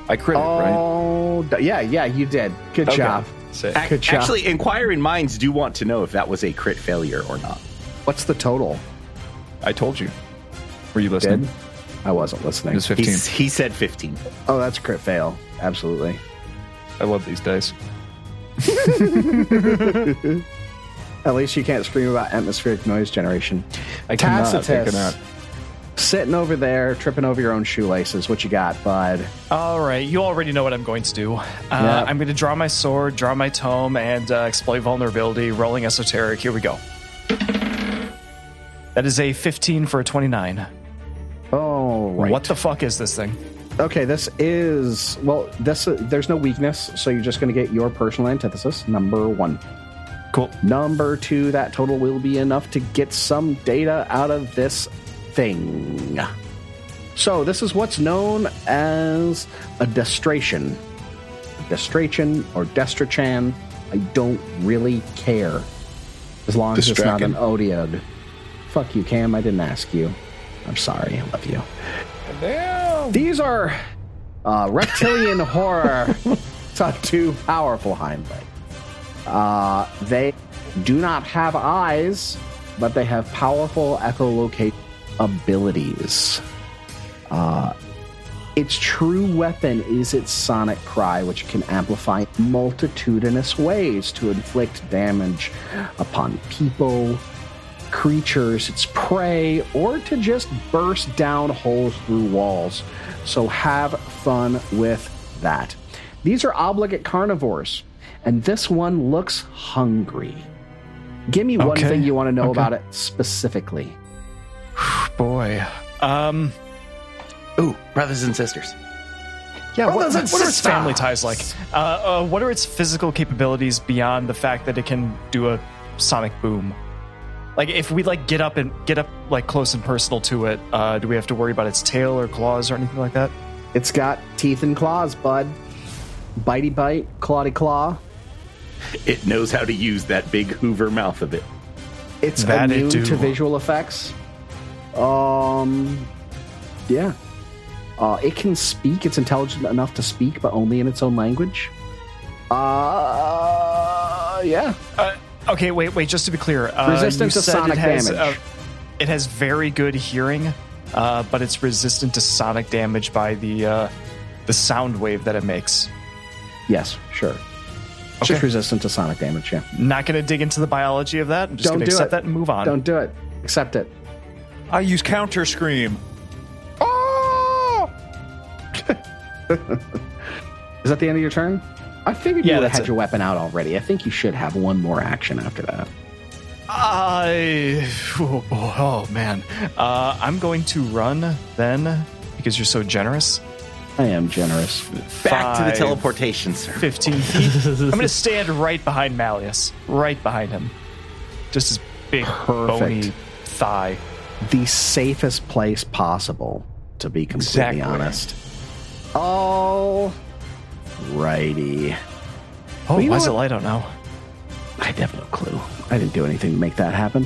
F: I crit it, right?
B: Oh, d- yeah, yeah. You did. Good
F: Okay.
B: job.
F: Sick.
D: Ac-
B: Good job.
D: Actually, inquiring minds do want to know if that was a crit failure or not.
B: What's the total?
F: I told you. Were you listening?
B: Did I wasn't listening.
F: It was 15.
D: He's, he said 15.
B: Oh, that's crit fail. Absolutely.
F: I love these dice.
B: At least you can't scream about atmospheric noise generation.
F: I
B: Tacitus.
F: cannot. I cannot.
B: sitting over there, tripping over your own shoelaces. What you got, bud?
G: All right, you already know what I'm going to do. Uh,
B: Yeah.
G: I'm going to draw my sword, draw my tome, and uh, exploit vulnerability, rolling esoteric. Here we go. That is a 15 for a 29.
B: Oh, right.
G: What the fuck is this thing?
B: Okay, this is well. This there's no weakness, so you're just going to get your personal antithesis number one.
G: Cool.
B: Number two, that total will be enough to get some data out of this thing. So this is what's known as a destration, destration or destrachan. I don't really care, as long as it's not an odiod. Fuck you, Cam. I didn't ask you. I'm sorry. I love you. These are uh, reptilian horror top two powerful hindlegs. Uh, they do not have eyes, but they have powerful echolocate abilities. Uh, its true weapon is its sonic cry, which can amplify multitudinous ways to inflict damage upon people, creatures, its prey, or to just burst down holes through walls. So have fun with that. These are obligate carnivores, and this one looks hungry. Give me one
G: Okay.
B: thing you want to know
G: Okay.
B: about it specifically.
G: Boy. Um.
D: Ooh, brothers and sisters.
G: Yeah, what,
B: Brothers and
G: what are its family
B: sisters.
G: ties like? Uh, uh, what are its physical capabilities beyond the fact that it can do a sonic boom? Like, if we like get up and get up like close and personal to it, uh, do we have to worry about its tail or claws or anything like that?
B: It's got teeth and claws, bud. Bitey bite, clawdy claw.
D: It knows how to use that big Hoover mouth of it.
B: It's
G: That it
B: immune
G: do.
B: to visual effects. Um, yeah. Uh, it can speak. It's intelligent enough to speak, but only in its own language. Uh, yeah.
G: Uh, okay, wait, wait. Just to be clear, uh,
B: Resistant to
G: you said
B: sonic
G: it has,
B: damage.
G: uh, it has very good hearing, uh, but it's resistant to sonic damage by the uh, the sound wave that it makes.
B: Yes, sure. It's Just
G: Okay.
B: resistant to sonic damage. Yeah.
G: Not going to dig into the biology of that. I'm just
B: Don't
G: going to
B: do
G: accept
B: it.
G: that and move on.
B: Don't do it. Accept it.
F: I use counter scream.
B: Oh! Is that the end of your turn? I figured
G: Yeah,
B: you would have
G: that's
B: had
G: it.
B: your weapon out already. I think you should have one more action after that.
G: I oh, boy, oh man, uh, I'm going to run then because you're so generous.
B: I am generous.
D: Back to the
G: Five,
D: teleportation, sir.
G: Fifteen feet. I'm going to stand right behind Malleus, right behind him, just his big bony thigh.
B: The safest place possible, to be completely
G: Exactly.
B: honest. All righty.
G: Oh,
B: Oh, you know
G: why is it
B: what?
G: light? I don't know.
B: I have no clue. I didn't do anything to make that happen.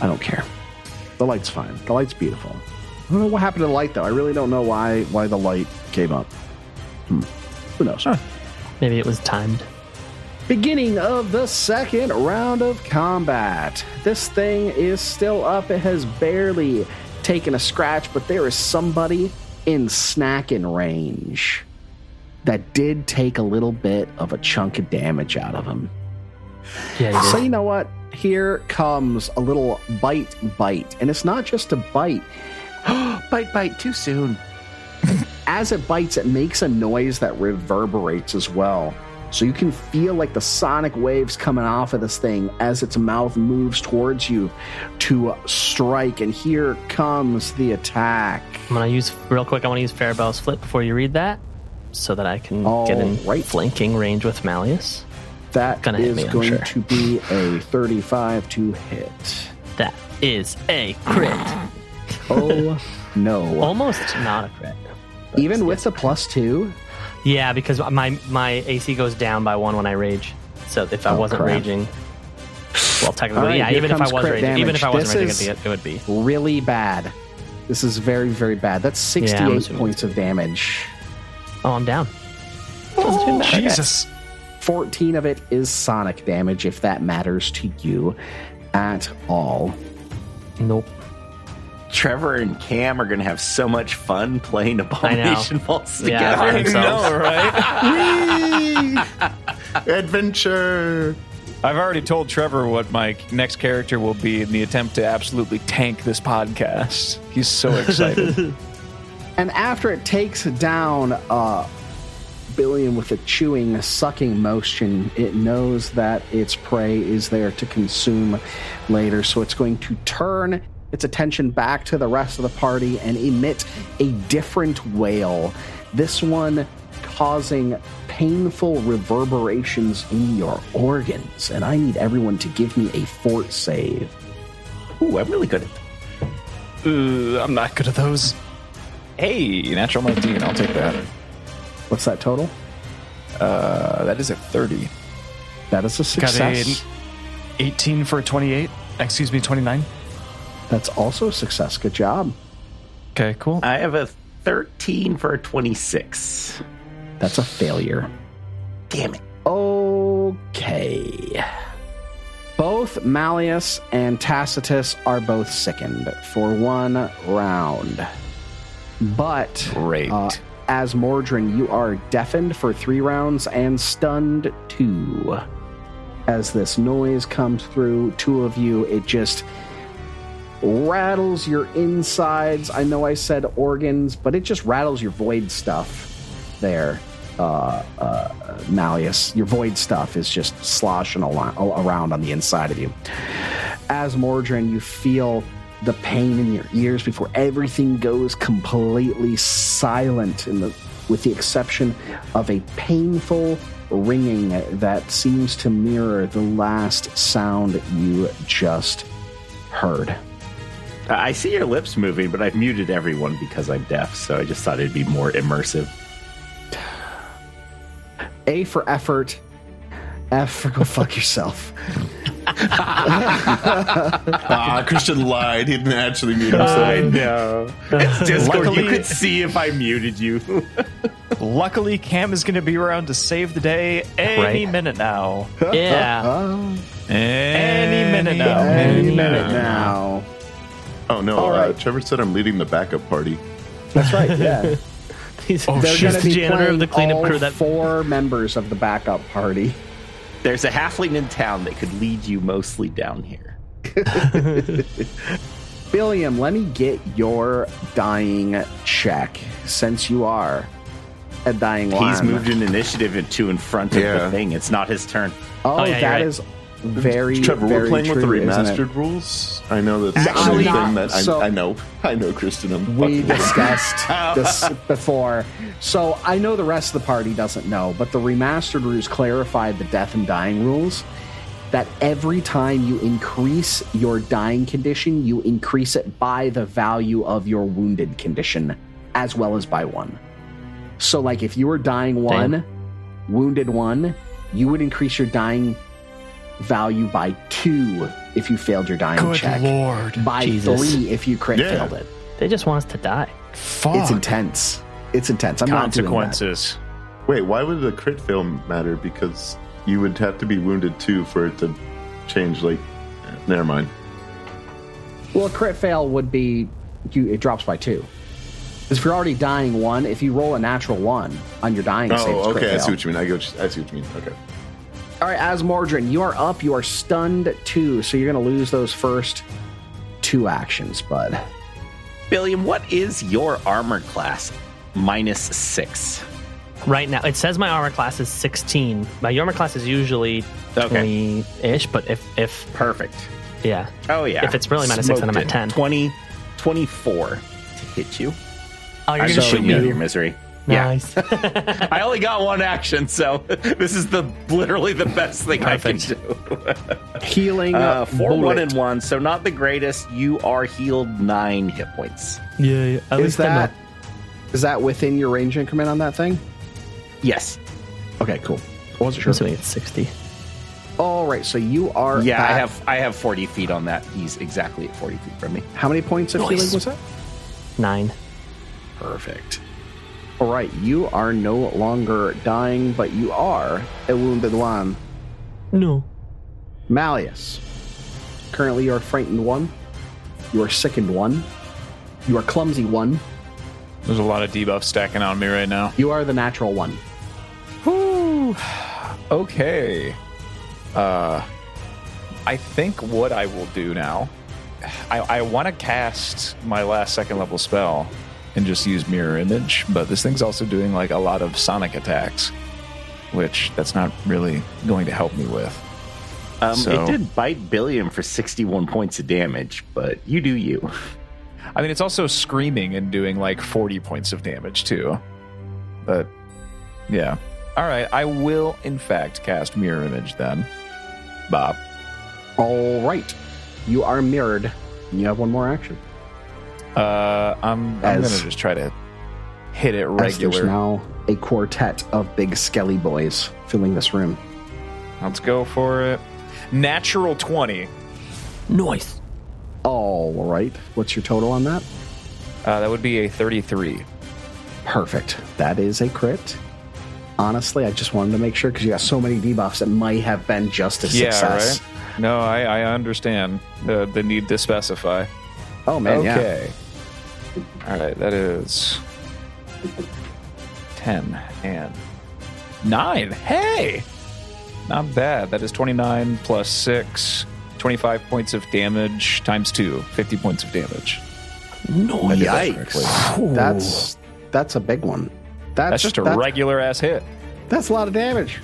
B: I don't care. The light's fine. The light's beautiful. I don't know what happened to the light though. I really don't know why why the light came up. Hmm. Who knows?
E: Maybe it was timed.
B: Beginning of the second round of combat. This thing is still up. It has barely taken a scratch, but there is somebody in snacking range that did take a little bit of a chunk of damage out of him.
E: Yeah,
B: So
E: it
B: you know what? Here comes a little bite bite, and it's not just a bite. bite bite too soon. as it bites, it makes a noise that reverberates as well. So you can feel like the sonic waves coming off of this thing as its mouth moves towards you to strike. And here comes the attack.
E: I'm gonna use real quick. I want to use Farabelle's flip before you read that, so that I can
B: All
E: get in
B: right.
E: flanking range with Malleus.
B: That is
E: Gonna hit me, I'm
B: going
E: sure.
B: to be a 35 to hit.
E: That is a crit,
B: Oh no.
E: almost not a crit.
B: Even with the plus two,
E: Yeah, because my my AC goes down by one when I rage. So if I
B: Oh,
E: wasn't
B: crap.
E: raging, well, technically,
B: All right,
E: yeah.
B: here
E: Even if I
B: comes
E: was
B: crit
E: raging, even
B: damage.
E: if I wasn't
B: This
E: raging, it, it would be.
B: really bad. This is very, very bad. That's
E: Yeah, I'm
B: 68
E: assuming
B: points of damage.
E: Oh, I'm down. Doesn't
B: Oh,
E: do that.
G: Jesus.
B: 14 of it is sonic damage, if that matters to you at all.
E: Nope.
D: Trevor and Cam are going to have so much fun playing Abomination Vaults
E: Yeah, by
D: together.
E: themselves.
F: right?
C: Adventure.
F: I've already told Trevor what my next character will be in the attempt to absolutely tank this podcast. He's so excited.
B: And after it takes down uh, Billion with a chewing, sucking motion, it knows that its prey is there to consume later. So it's going to turn its attention back to the rest of the party and emit a different wail. This one causing painful reverberations in your organs. And I need everyone to give me a fort save.
D: Ooh, I'm really good at
G: Ooh, I'm not good at those.
F: hey, natural 19, I'll take that.
B: What's that total?
F: Uh, that is a 30.
B: That is a
G: Got a
B: success.
G: 18 for a 28. Excuse me, 29.
B: That's also a success. Good job.
G: Okay, cool.
D: I have a 13 for a 26.
B: That's a failure.
D: Damn it.
B: Oh, Okay. Both Malleus and Tacitus are both sickened for one round. But
F: Great.
B: uh, as Mordrin, you are deafened for three rounds and stunned two. As this noise comes through, two of you, it just rattles your insides. I know I said organs, but it just rattles your void stuff there. Uh, uh, Malleus, your void stuff is just sloshing alo- around on the inside of you. As Mordrin, you feel the pain in your ears before everything goes completely silent, in the, with the exception of a painful ringing that seems to mirror the last sound you just heard.
D: I I see your lips moving, but I've muted everyone because I'm deaf, so I just thought it'd be more immersive.
B: A for effort. F for go fuck yourself.
C: Ah, Christian lied. He didn't actually mute himself.
D: know. It's Discord.
G: Luckily-
D: you could see if I muted you.
G: Luckily, Cam is going to be around to save the day any minute now.
E: Yeah.
B: Oh,
G: Any minute now.
B: any
G: Any
B: minute
G: minute
B: now.
C: Oh no!
B: All
C: uh,
B: right.
C: Trevor said I'm leading the backup party.
B: That's right. Yeah.
E: He's,
G: Oh,
B: They're
G: shit.
B: going to
E: the
B: be
E: janitor of the
B: playing
E: cleanup
B: all
E: crew that
B: four members of the backup party.
D: There's a halfling in town that could lead you mostly down here.
B: Billiam, let me get your dying check since you are a dying lion.
D: He's moved an initiative in- to in front of
C: Yeah.
D: the thing. It's not his turn.
B: Oh,
E: Oh, yeah,
B: that
E: you're
B: is very
C: Trevor,
B: very
C: we're playing
B: true,
C: with the
B: isn't it?
C: remastered rules. I know that's
B: Actually
C: the only thing
B: not.
C: that I,
B: So-
C: I know. I know, Christian. I'm
B: we
C: fucking-
B: discussed this before. So I know the rest of the party doesn't know, but the remastered rules clarified the death and dying rules that every time you increase your dying condition, you increase it by the value of your wounded condition as well as by one. So, like, if you were dying one, wounded one, you would increase your dying value by two if you failed your dying
G: Good
B: check.
G: lord.
B: By
E: Jesus.
B: three if you crit
C: Yeah.
B: failed it.
E: They just want us to die.
G: Fuck.
B: It's intense. It's intense. I'm not doing that.
G: consequences.
C: Wait, why would the crit fail matter? Because you would have to be wounded too for it to change. Like, never mind.
B: Well, a crit fail would be you, it drops by two. Because if you're already dying one, if you roll a natural one on your dying save, it's
C: Oh,
B: crit
C: okay. I see
B: fail.
C: what you mean. I go. I see what you mean. Okay.
B: All right, as Mordrin, you are up. You are stunned two, so you're going to lose those first two actions, bud.
D: Billiam, what is your armor class? Minus six.
E: Right now, it says my armor class is 16. My armor class is usually
D: Okay.
E: 20 ish, but if, if,
D: Perfect.
E: yeah.
D: Oh, yeah.
E: If it's really minus six, then
D: Smoked
E: I'm
D: it.
E: at 10.
D: 20, 24 to hit you.
E: Oh, you're
D: I'm
E: going to
D: just
E: shoot
D: putting you out of your
E: me.
D: misery.
E: Nice.
D: Yeah. I only got one action, so this is the literally the best thing I
E: Perfect.
D: can do.
B: Healing
D: Uh, four,
B: bullet.
D: one, and one. So not the greatest. You are healed nine hit points.
E: yeah, yeah. At
B: Is that is that within your range increment on that thing?
D: Yes.
B: Okay, cool. I wasn't
E: I'm
B: sure.
E: assuming it's 60.
B: All right, so you are.
D: Yeah, I
B: at-
D: have I have forty feet on that. He's exactly at forty feet from me.
B: How many points of healing was that?
E: Nine.
B: Perfect. All right, you are no longer dying, but you are a wounded one.
E: No.
B: Malleus. Currently, you are frightened one. You are sickened one. You are clumsy one.
F: There's a lot of debuff stacking on me right now.
B: You are the natural one.
F: Okay. Uh, I think what I will do now, I, I want to cast my last second level spell and just use mirror image, but this thing's also doing like a lot of sonic attacks, which that's not really going to help me with.
D: Um,
F: So-
D: It did bite Billiam for 61 points of damage, but you do you.
F: I mean, it's also screaming and doing like 40 points of damage too. But yeah. All right. I will, in fact, cast Mirror Image then. Bob.
B: All right. You are mirrored. and You have one more action.
F: Uh, I'm, I'm
B: As-
F: going to just try to hit it
B: As there's
F: regular.
B: now a quartet of big skelly boys filling this room.
F: Let's go for it. Natural 20.
E: Noise.
B: All right. What's your total on that?
F: Uh, that would be a 33.
B: Perfect. That is a crit. Honestly, I just wanted to make sure because you got so many debuffs that might have been just a success.
F: Yeah, right? No, I, I understand the, the need to specify.
B: Oh man, yeah.
F: okay. All right, that is 10 and 9. Hey! Not bad. That is 29 plus 6, 25 points of damage times 2, 50 points of damage.
E: Noise.
B: Yikes. That's that's a big one. That's,
F: That's just a
B: that-
F: regular ass hit.
B: That's a lot of damage.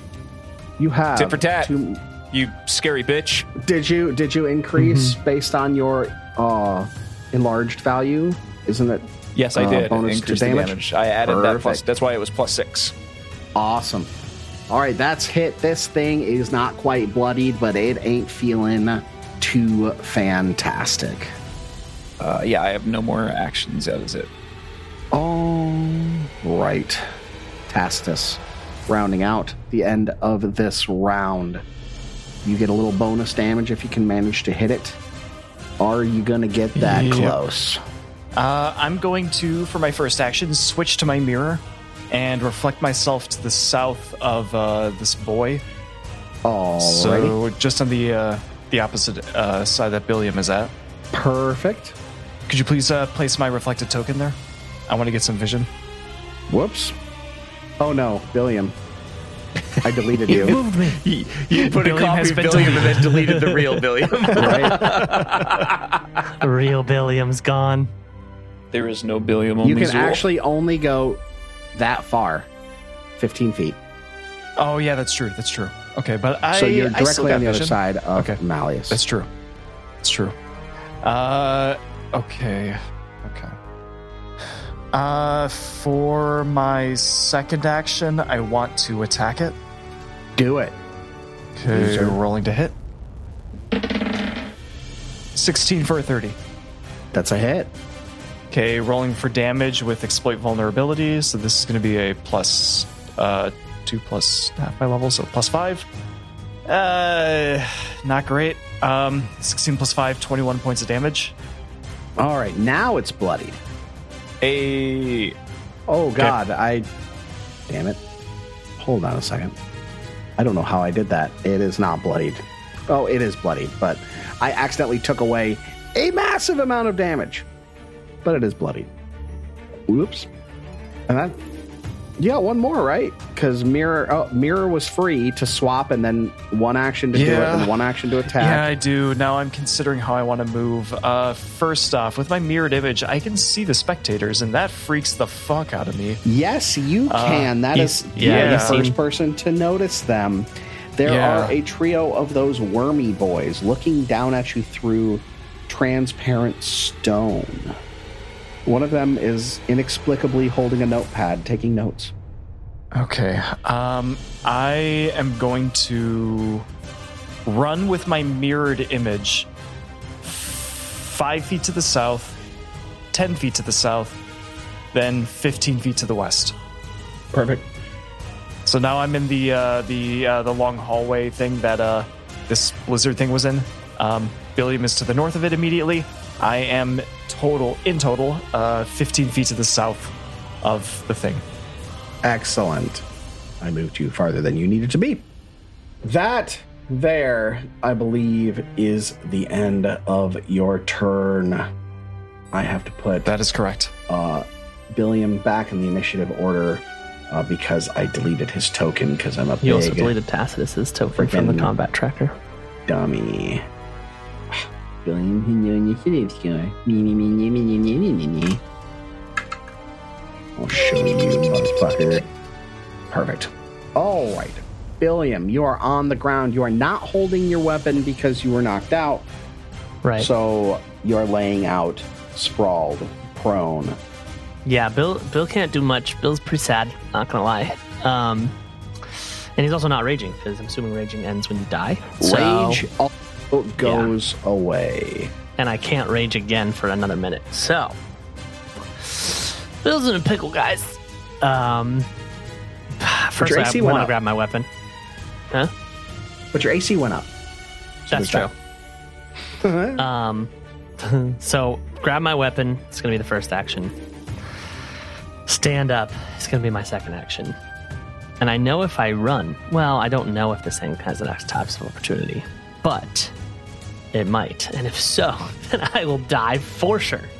B: You have
F: Tit for tat.
B: two-
F: You scary bitch.
B: did you did you increase
E: Mm-hmm.
B: based on your uh enlarged value? Isn't it
F: Yes, I
B: Uh,
F: did.
B: bonus to
F: Increase the
B: damage?
F: damage. I added that plus.
B: Perfect.
F: That's why it was plus 6.
B: awesome? All right, that's hit. This thing is not quite bloodied, but it ain't feeling too fantastic.
F: Uh, yeah, I have no more actions. That is it.
B: All right. Tastus, rounding out the end of this round. You get a little bonus damage if you can manage to hit it. Are you going to get that close?
G: Uh, I'm going to, for my first action, switch to my mirror and reflect myself to the south of uh, this boy.
B: All right.
G: So just on the uh, the opposite uh, side that Billiam is at.
B: Perfect.
G: Could you please uh, place my reflected token there? I want to get some vision.
B: Whoops. Oh no, Billiam. I deleted you.
E: Moved me.
D: You, you put
E: Billiam
D: a copy
E: has
D: of
E: been
D: Billiam and then deleted the real Billiam.
B: Right?
E: The real Billiam's gone.
F: There is no billion
B: You can actually only go that far 15 feet.
G: Oh yeah, that's true. That's true. Okay, but I
B: So you're
G: I still
B: directly
G: got
B: on the other
G: vision.
B: side of
G: Okay.
B: Malleus.
G: That's true. That's true. Uh, okay, okay. Uh, for my second action, I want to attack it.
B: Do it.
G: Okay, rolling to hit. Sixteen for a thirty.
B: That's a hit.
G: Okay, rolling for damage with exploit vulnerability. So this is going to be a plus uh, two plus half my level, so plus five. Uh, not great. Um, 16 plus 5, 21 points of damage.
B: All right, now it's bloodied.
F: a
B: Oh God, I. Damn it! Hold on a second. I don't know how I did that. It is not bloodied. Oh, it is bloodied, but I accidentally took away a massive amount of damage. But it is bloodied. Whoops. And that. Yeah, one more, right? Because mirror, oh, mirror was free to swap, and then one action to do it,
G: Yeah.
B: and one action to
G: Yeah, I
B: attack.
G: do. Now I'm considering how I want to move. Uh, first off, with my mirrored image, I can see the spectators, and that freaks the fuck out of me. Uh,
B: yes, you can. That
E: you-
B: is you're
E: yeah,
B: the
G: you
B: first
E: seem-
B: person to notice them. There
G: Yeah.
B: are a trio of those wormy boys looking down at you through transparent stone. One of them is inexplicably holding a notepad, taking notes.
G: Okay. Um, I am going to run with my mirrored image five feet to the south, 10 feet to the south, then 15 feet to the west.
B: Perfect.
G: So now I'm in the uh, the uh, the long hallway thing that uh, this lizard thing was in. Um, Billiam is to the north of it immediately. I am total in total uh, 15 feet to the south of the thing.
B: Excellent. I moved you farther than you needed to be. That there, I believe, is the end of your turn. I have to put
G: That is correct.
B: uh, Billiam back in the initiative order uh, because I deleted his token because I'm a
E: You also
B: big
E: deleted Tacitus's token from the
B: Freaking-
E: combat tracker.
B: dummy. Billion initiative score. Me, me, me, me, me, me, me, me, me. I'll show you, motherfucker. Perfect. All right. Billiam, you are on the ground. You are not holding your weapon because you were knocked out.
E: Right.
B: So you're laying out, sprawled, prone.
E: Yeah, Bill. Bill can't do much. Bill's pretty sad. Not gonna lie. Um, and he's also not raging because I'm assuming raging ends when you die. So-
B: Rage also goes away.
E: and I can't rage again for another minute. So, Bill's in a pickle, guys. Um, first
B: your AC
E: I
B: went
E: want to
B: up.
E: grab my weapon. Huh?
B: But your AC went up.
E: That's
B: there's
E: true. um, so grab my weapon. It's gonna be the first action. Stand up. It's gonna be my second action. And I know if I run, well, I don't know if this thing has an attacks of opportunity, but it might. And if so, then I will die for sure.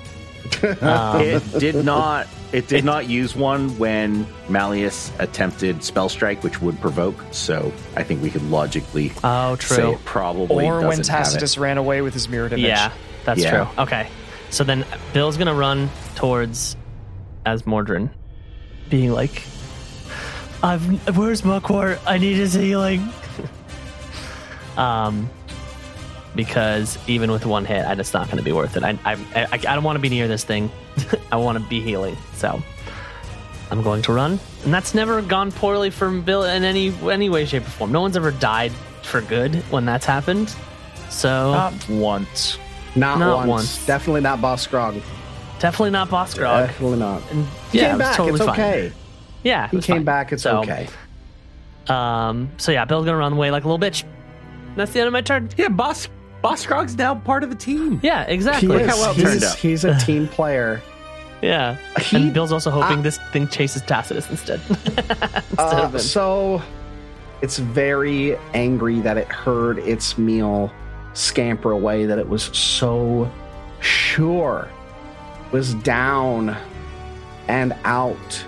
D: Um, it did not. It did not use one when Malleus attempted spell strike, which would provoke. So I think we could logically
E: Oh, true.
D: say it probably
G: or
D: doesn't
G: when
D: have it.
G: Tacitus ran away with his mirrored image.
E: Yeah, that's
D: Yeah.
E: true. Okay. So then Bill's going to run towards Asmordran, being like, I've, Where's Muckwort? I need his healing. um, because even with one hit, I- it's not going to be worth it. I, I, I, I don't want to be near this thing. I want to be healing. So I'm going to run. And that's never gone poorly for Bill in any, any way, shape, or form. No one's ever died for good when that's happened. So.
F: Not once.
B: Not,
E: Not
B: once.
E: once.
B: Definitely not Boss Grog.
E: Definitely not Boss Grog.
B: Definitely not.
E: And
B: He came
E: yeah, it was
B: Uh, back.
E: totally
B: it's
E: fine.
B: okay.
E: Yeah, it
B: He
E: was
B: came
E: fine.
B: back. It's
E: So,
B: okay.
E: Um, so yeah, Bill's gonna run away like a little bitch. That's the end of my turn.
D: Yeah, Boss Boss Grog's now part of the team.
E: Yeah, exactly.
D: is. how well it
B: he's,
D: turned out.
B: he's a team player.
E: Yeah,
B: He-
E: and Bill's also hoping
B: I-
E: this thing chases Tacitus instead.
B: Uh,
E: of him.
B: so it's very angry that it heard its meal scamper away that it was so sure was down and out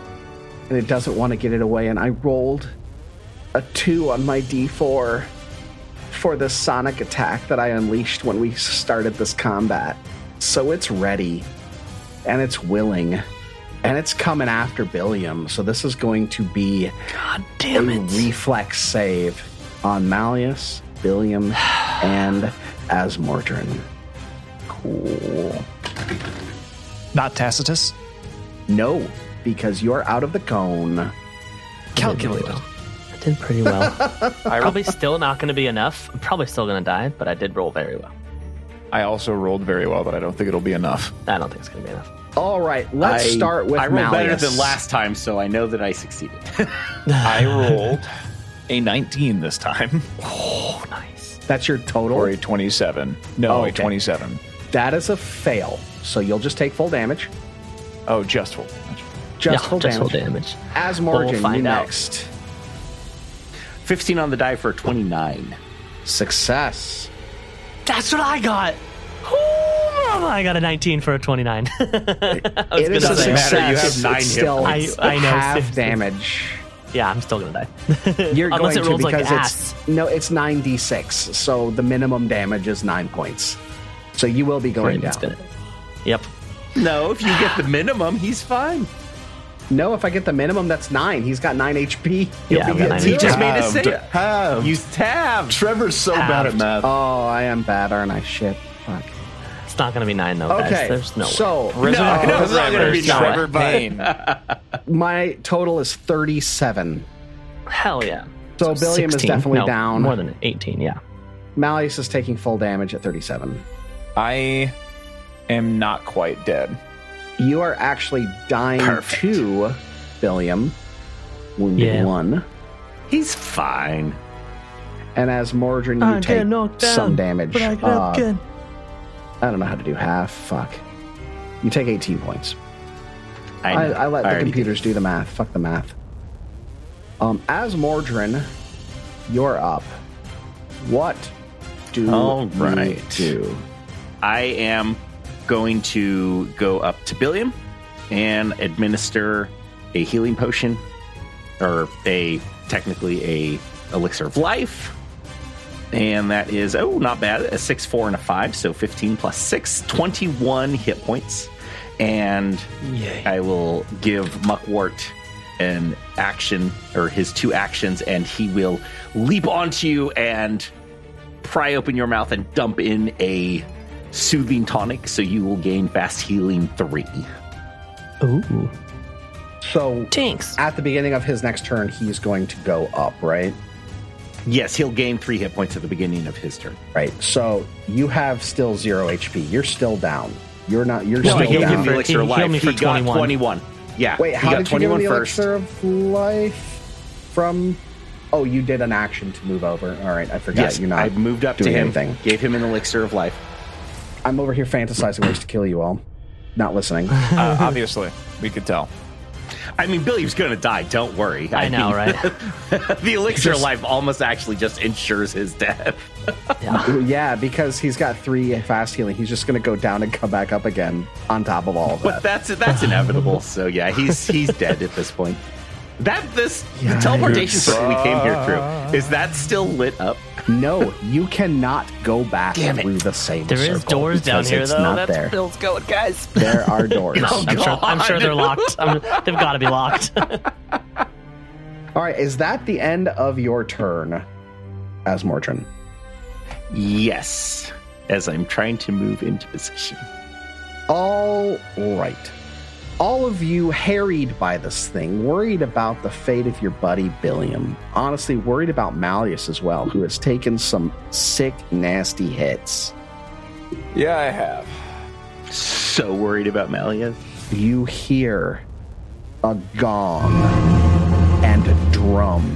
B: and it doesn't want to get it away and i rolled a 2 on my d4 for the sonic attack that i unleashed when we started this combat so it's ready and it's willing and it's coming after billiam so this is going to be
E: God
B: a
E: damn it!
B: reflex save on Malleus, Billiam, and Asmordran. Cool.
G: Not Tacitus.
B: No, because you're out of the cone.
G: Calculated.
E: I did pretty well. probably still not gonna be enough. I'm probably still gonna die, but I did roll very well.
F: I also rolled very well, but I don't think it'll be enough.
E: I don't think it's gonna be enough.
B: All right, let's
D: I-
B: start with
D: I rolled better
B: Malleus.
D: than last time, so I know that I succeeded.
F: I rolled a 19 this time
E: Oh, nice.
B: That's your total.
F: or a 27. No,
B: Oh,
F: a
B: okay.
F: 27.
B: That is a fail, so you'll just take full damage.
F: Oh, just full.
B: Just
E: yeah,
B: full
E: just
B: damage.
E: full damage.
B: Asmordran,
E: We'll
B: you
E: find out.
B: next.
D: Fifteen on the die for twenty nine.
B: Success.
E: That's what I got. Whoo, mama, I got a 19 for a 29. I was
B: It is
E: gonna
B: a
D: doesn't
E: say.
D: success. matter, you have
B: It's
D: nine hit
B: still
E: points. I- I know,
B: half
E: seriously.
B: damage.
E: Yeah, I'm still gonna die.
B: You're
E: Unless
B: going
E: it rolls
B: to
E: like
B: because
E: ass.
B: it's no, it's nine d six, so the minimum damage is nine points. So you will be going
E: Raven's
B: down.
E: gonna- Yep.
D: No, if you get the minimum, he's fine.
B: No, if I get the minimum, that's nine. He's got nine HP. He'll
E: Yeah, I've
B: be
E: got
B: at
E: nine
B: zero.
D: He just made us say
C: Halved.
D: it.
C: Halved.
D: Use tab.
C: Trevor's so bad at math.
B: Oh, I am bad, aren't I? Shit. Fuck.
E: It's not gonna be nine though,
B: Okay.
E: guys. There's no way.
B: so
D: No, no, it's not gonna be
F: There's
E: no
D: nine.
F: Trevor Payne.
B: my total is thirty-seven.
E: Hell yeah.
B: So, Billiam is
E: 16.
B: definitely
E: No,
B: down.
E: More than 18, yeah.
B: Malleus is taking full damage at thirty-seven.
F: I am not quite dead.
B: You are actually dying
D: Perfect.
B: two, Billiam. Wounded
E: Yeah.
B: one.
D: He's fine.
B: And as Mordrin, you take some damage. Uh, I don't know how to do half. Fuck. You take 18 points.
D: I,
B: I,
D: know.
B: I let the
D: already
B: computers do the math. Fuck the math. Um, as Mordrin, you're up. What do
D: All
B: you
D: right.
B: do?
D: did. I am going to go up to Billiam and administer a healing potion or a technically a elixir of life. And that is, oh, not bad. A 6, 4, and a 5. So 15 plus 6, 21 hit points. And I will give Muckwart an action, or his two actions, and he will leap onto you and pry open your mouth and dump in a soothing tonic. So you will gain fast healing 3.
E: Ooh.
B: So
E: Thanks.
B: at the beginning of his next turn, he's going to go up, right?
D: Yes, he'll gain 3 hit points at the beginning of his turn.
B: Right. So you have still zero HP. You're still down. You're not. You're
D: No, I
B: still
D: gave him
B: down.
D: the
E: for-
D: elixir of
E: he healed
D: life.
E: me for
D: he got
E: 21.
D: 21. Yeah.
B: Wait,
D: he
B: how
D: got
B: did you give him the
D: first.
B: elixir of life from? Oh, you did an action to move over. All right, I forgot.
D: Yes,
B: You're not.
D: I moved up to
B: doing
D: him,
B: anything.
D: gave him an elixir of life.
B: I'm over here fantasizing ways to kill you all. Not listening.
F: Uh, obviously, we could tell.
D: I mean, Billy was going to die. Don't worry.
E: I know,
D: mean,
E: right?
D: the elixir of life almost actually just ensures his death.
B: yeah, because he's got three fast healing. He's just going to go down and come back up again on top of all of
D: But
B: that.
D: that's that's inevitable. So yeah, he's he's dead at this point. That this the teleportation circle we came here through is that still lit up?
B: no, you cannot go back
D: Damn it.
B: through the same.
E: There
B: circle
E: is doors down
B: because
E: here
B: it's
E: though.
B: Not
E: That's
B: there.
E: Bill's going, guys.
B: There are doors.
E: I'm sure, I'm sure
D: God.
E: they're locked. I'm, they've got to be locked.
B: All right, is that the end of your turn, Asmortran?
D: Yes, as I'm trying to move into position.
B: All right. All of you harried by this thing, worried about the fate of your buddy Billiam. Honestly, worried about Malleus as well, who has taken some sick, nasty hits.
F: Yeah, I have.
D: So worried about Malia.
B: you hear a gong and a drum.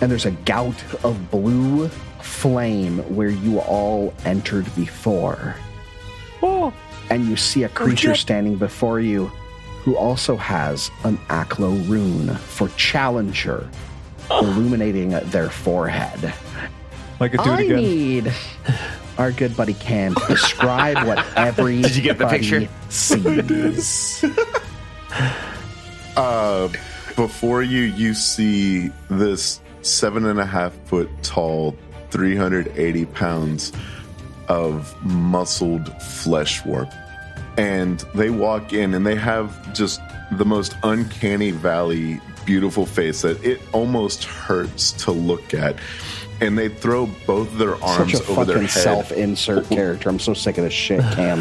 B: And there's a gout of blue flame where you all entered before. And you see a creature standing before you who also has an Aklo rune for Challenger illuminating their forehead.
F: Like a do it
B: I
F: again.
B: need our good buddy Cam to describe what every
D: Did you get the picture?
B: Sees.
C: Uh, before you, you see this seven and a half foot tall, 380 pounds of muscled flesh warp. And they walk in and they have just the most uncanny valley, beautiful face that it almost hurts to look at. And they throw both their arms
B: Such a
C: over their
B: fucking
C: head.
B: self-insert character. I'm so sick of this shit, Cam.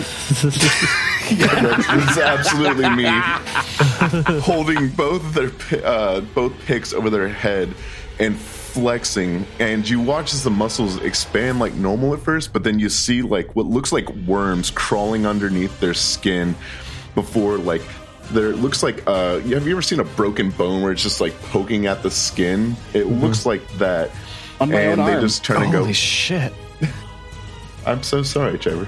C: Yeah, that's, that's absolutely me. Holding both their pi- uh, both picks over their head and flexing, and you watch as the muscles expand like normal at first, but then you see like what looks like worms crawling underneath their skin before like there it looks like uh have you ever seen a broken bone where it's just like poking at the skin? It looks like that.
B: Mm-hmm. On my
C: and
B: own
C: they
B: arm.
C: just turn and
G: Holy
C: go,
G: shit.
C: I'm so sorry, Trevor.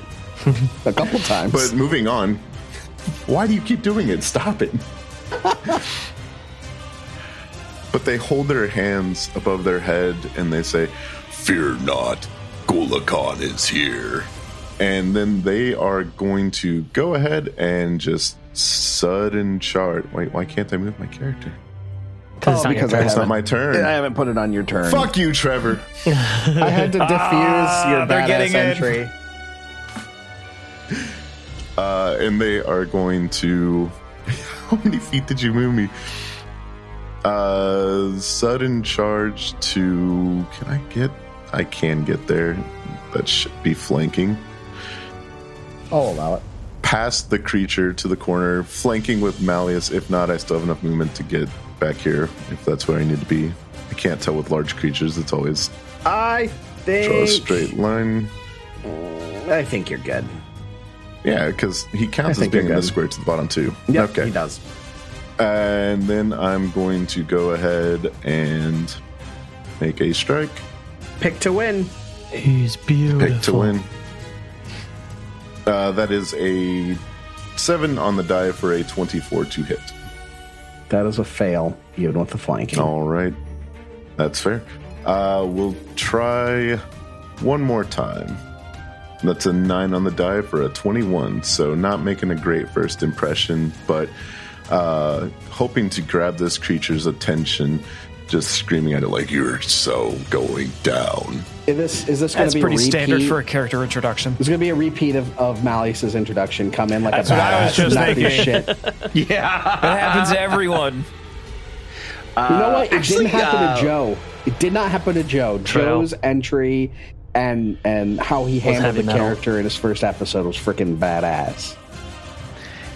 B: A couple times.
C: But moving on, why do you keep doing it? Stop it. but they hold their hands above their head and they say, Fear not, Gulakan is here. And then they are going to go ahead and just sudden chart. Wait, why can't I move my character?
B: Oh,
E: it's not your
B: because I
C: It's not
B: haven't,
C: my turn.
B: I haven't put it on your turn.
C: Fuck you, Trevor.
B: I had to diffuse your
F: they're
B: badass
F: getting it.
B: entry.
C: Uh, and they are going to. How many feet did you move me? Uh, sudden charge to. Can I get? I can get there. That should be flanking.
B: I'll allow it.
C: Past the creature to the corner, flanking with Malleus. If not, I still have enough movement to get back here if that's where I need to be. I can't tell with large creatures. It's always
B: I
C: draw a
B: think.
C: straight line.
B: I think you're good.
C: Yeah, because he counts as
B: think you're
C: being in the
B: good.
C: square to the bottom too.
B: Yep, he does.
C: And then I'm going to go ahead and make a strike.
B: Pick to win.
E: He's beautiful.
C: Pick to win. Uh, that is a seven on the die for a 24 to hit.
B: That is a fail, even with the flanking.
C: All right. That's fair. Uh, we'll try one more time. That's a nine on the die for a 21. So, not making a great first impression, but uh, hoping to grab this creature's attention, just screaming at it like, You're so going down.
B: Is this is this going
G: That's
B: to be
G: pretty
B: a repeat?
G: standard for a character introduction.
B: There's going to be a repeat of, of Malice's introduction. Come in like
F: That's
B: a badass.
F: what I was just
B: not do
F: thinking.
B: shit.
D: Yeah.
F: That happens to everyone.
B: You know what? It
D: actually,
B: didn't happen
D: uh,
B: to Joe. It did not happen to Joe. Joe's entry and and how he handled
E: heavy
B: the
E: metal.
B: character in his first episode was freaking badass.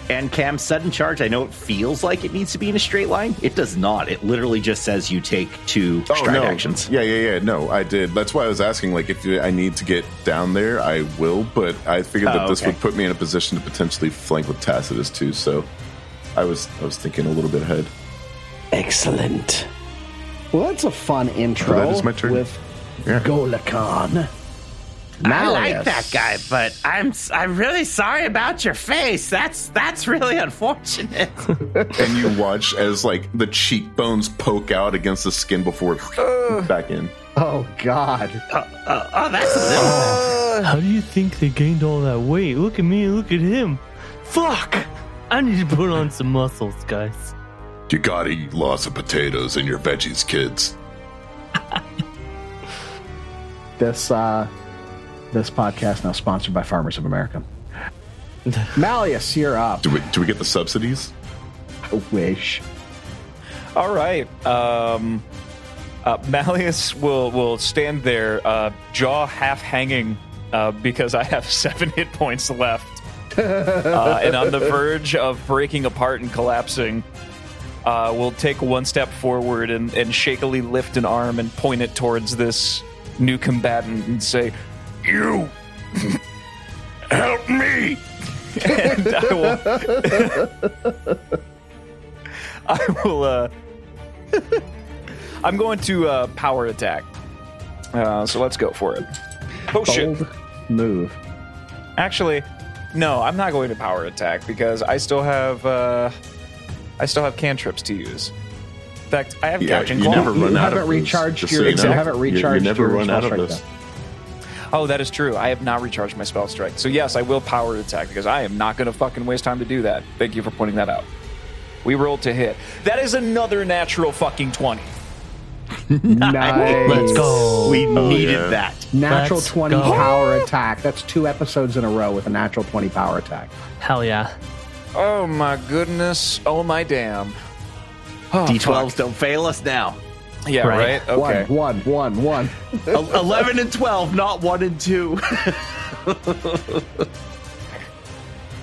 D: And Cam, sudden charge. I know it feels like it needs to be in a straight line. It does not. It literally just says you take two stride
C: Oh, no.
D: actions.
C: Yeah, yeah, yeah. No, I did. That's why I was asking. Like, if you- I need to get down there, I will. But I figured that
D: Oh,
C: this
D: okay.
C: would put me in a position to potentially flank with Tacitus too. So, I was I was thinking a little bit ahead.
B: Excellent. Well, that's a fun intro.
C: That is my turn.
B: With
C: Yeah.
B: Golakon.
D: I like
B: Malleus.
D: that guy, but I'm I'm really sorry about your face. That's that's really unfortunate.
C: and you watch as like the cheekbones poke out against the skin before it back in.
B: Oh Uh. God.
D: oh, oh, that's a little.
E: How do you think they gained all that weight? Look at me, look at him. Fuck! I need to put on some muscles, guys.
C: You gotta eat lots of potatoes and your veggies, kids.
B: This uh, this podcast now sponsored by Farmers of America. Malleus, you're up.
C: Do we do we get the subsidies?
B: I wish.
F: All right. Um, uh, Malleus will will stand there, uh, jaw half hanging, uh, because I have seven hit points left, uh, and on the verge of breaking apart and collapsing. Uh, will take one step forward and, and shakily lift an arm and point it towards this new combatant and say, "You help me!" and I will, I will. Uh, I'm going to uh, power attack. Uh, so let's go for it. Oh shit!
B: Bold move.
F: Actually, no, I'm not going to power attack because I still have uh, I still have cantrips to use. In fact, I have
C: Yeah,
F: catching
C: you
F: claw.
C: never run
B: You
C: out
B: haven't
C: of
B: recharged
C: those,
B: your-
C: just so
B: you
C: know.
B: haven't recharged
C: You, never
B: your
C: run out of
B: spell
C: those.
B: strike,
F: Oh, that is true. I have not recharged my spell strike. So yes, I will power attack because I am not going to fucking waste time to do that. Thank you for pointing that out. We rolled to hit. That is another natural fucking twenty.
B: Nice.
E: Let's go.
D: We
F: Oh,
D: needed
C: yeah.
D: that.
B: Natural
E: Let's
B: 20
E: go.
B: power attack. That's two episodes in a row with a natural 20 power attack.
E: Hell yeah.
F: Oh my goodness. Oh my damn. Oh,
D: D12s don't fail us now.
F: fuck. Yeah,
E: Right.
F: right? Okay.
B: One, one, one, one.
D: El- Eleven and twelve, not one and two.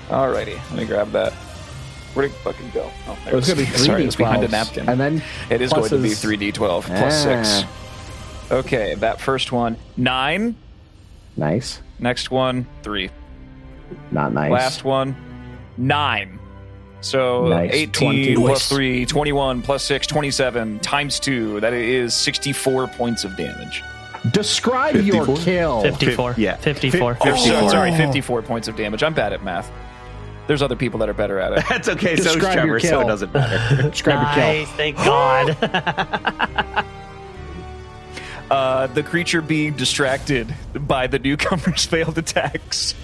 F: Alrighty. Let me grab that. Where'd it fucking go? Oh, there
B: It's
F: it
B: gonna
F: is.
B: be
F: Sorry, it's behind a
B: 3d12s.
F: napkin.
B: And then
F: it is going to be
B: pluses.
F: 3d12 plus
B: Ah.
F: 6. Okay, that first one, 9.
B: Nice.
F: Next one, 3.
B: Not nice.
F: Last one, 9. So
B: Nice.
F: 18
B: 20.
F: plus 3, 21 plus 6, 27 times 2. That is 64 points of damage.
B: Describe your
C: 54?
B: kill.
E: 54.
D: yeah.
E: 54.
D: Fif-
F: Oh, So-
D: 54.
F: sorry, 54 points of damage. I'm bad at math. There's other people that are better at it.
D: That's okay. So is
B: Describe your
D: Trevor, so
B: kill.
D: it doesn't matter.
B: Describe your
E: nice, thank God.
F: Uh, the creature being distracted by the newcomer's failed attacks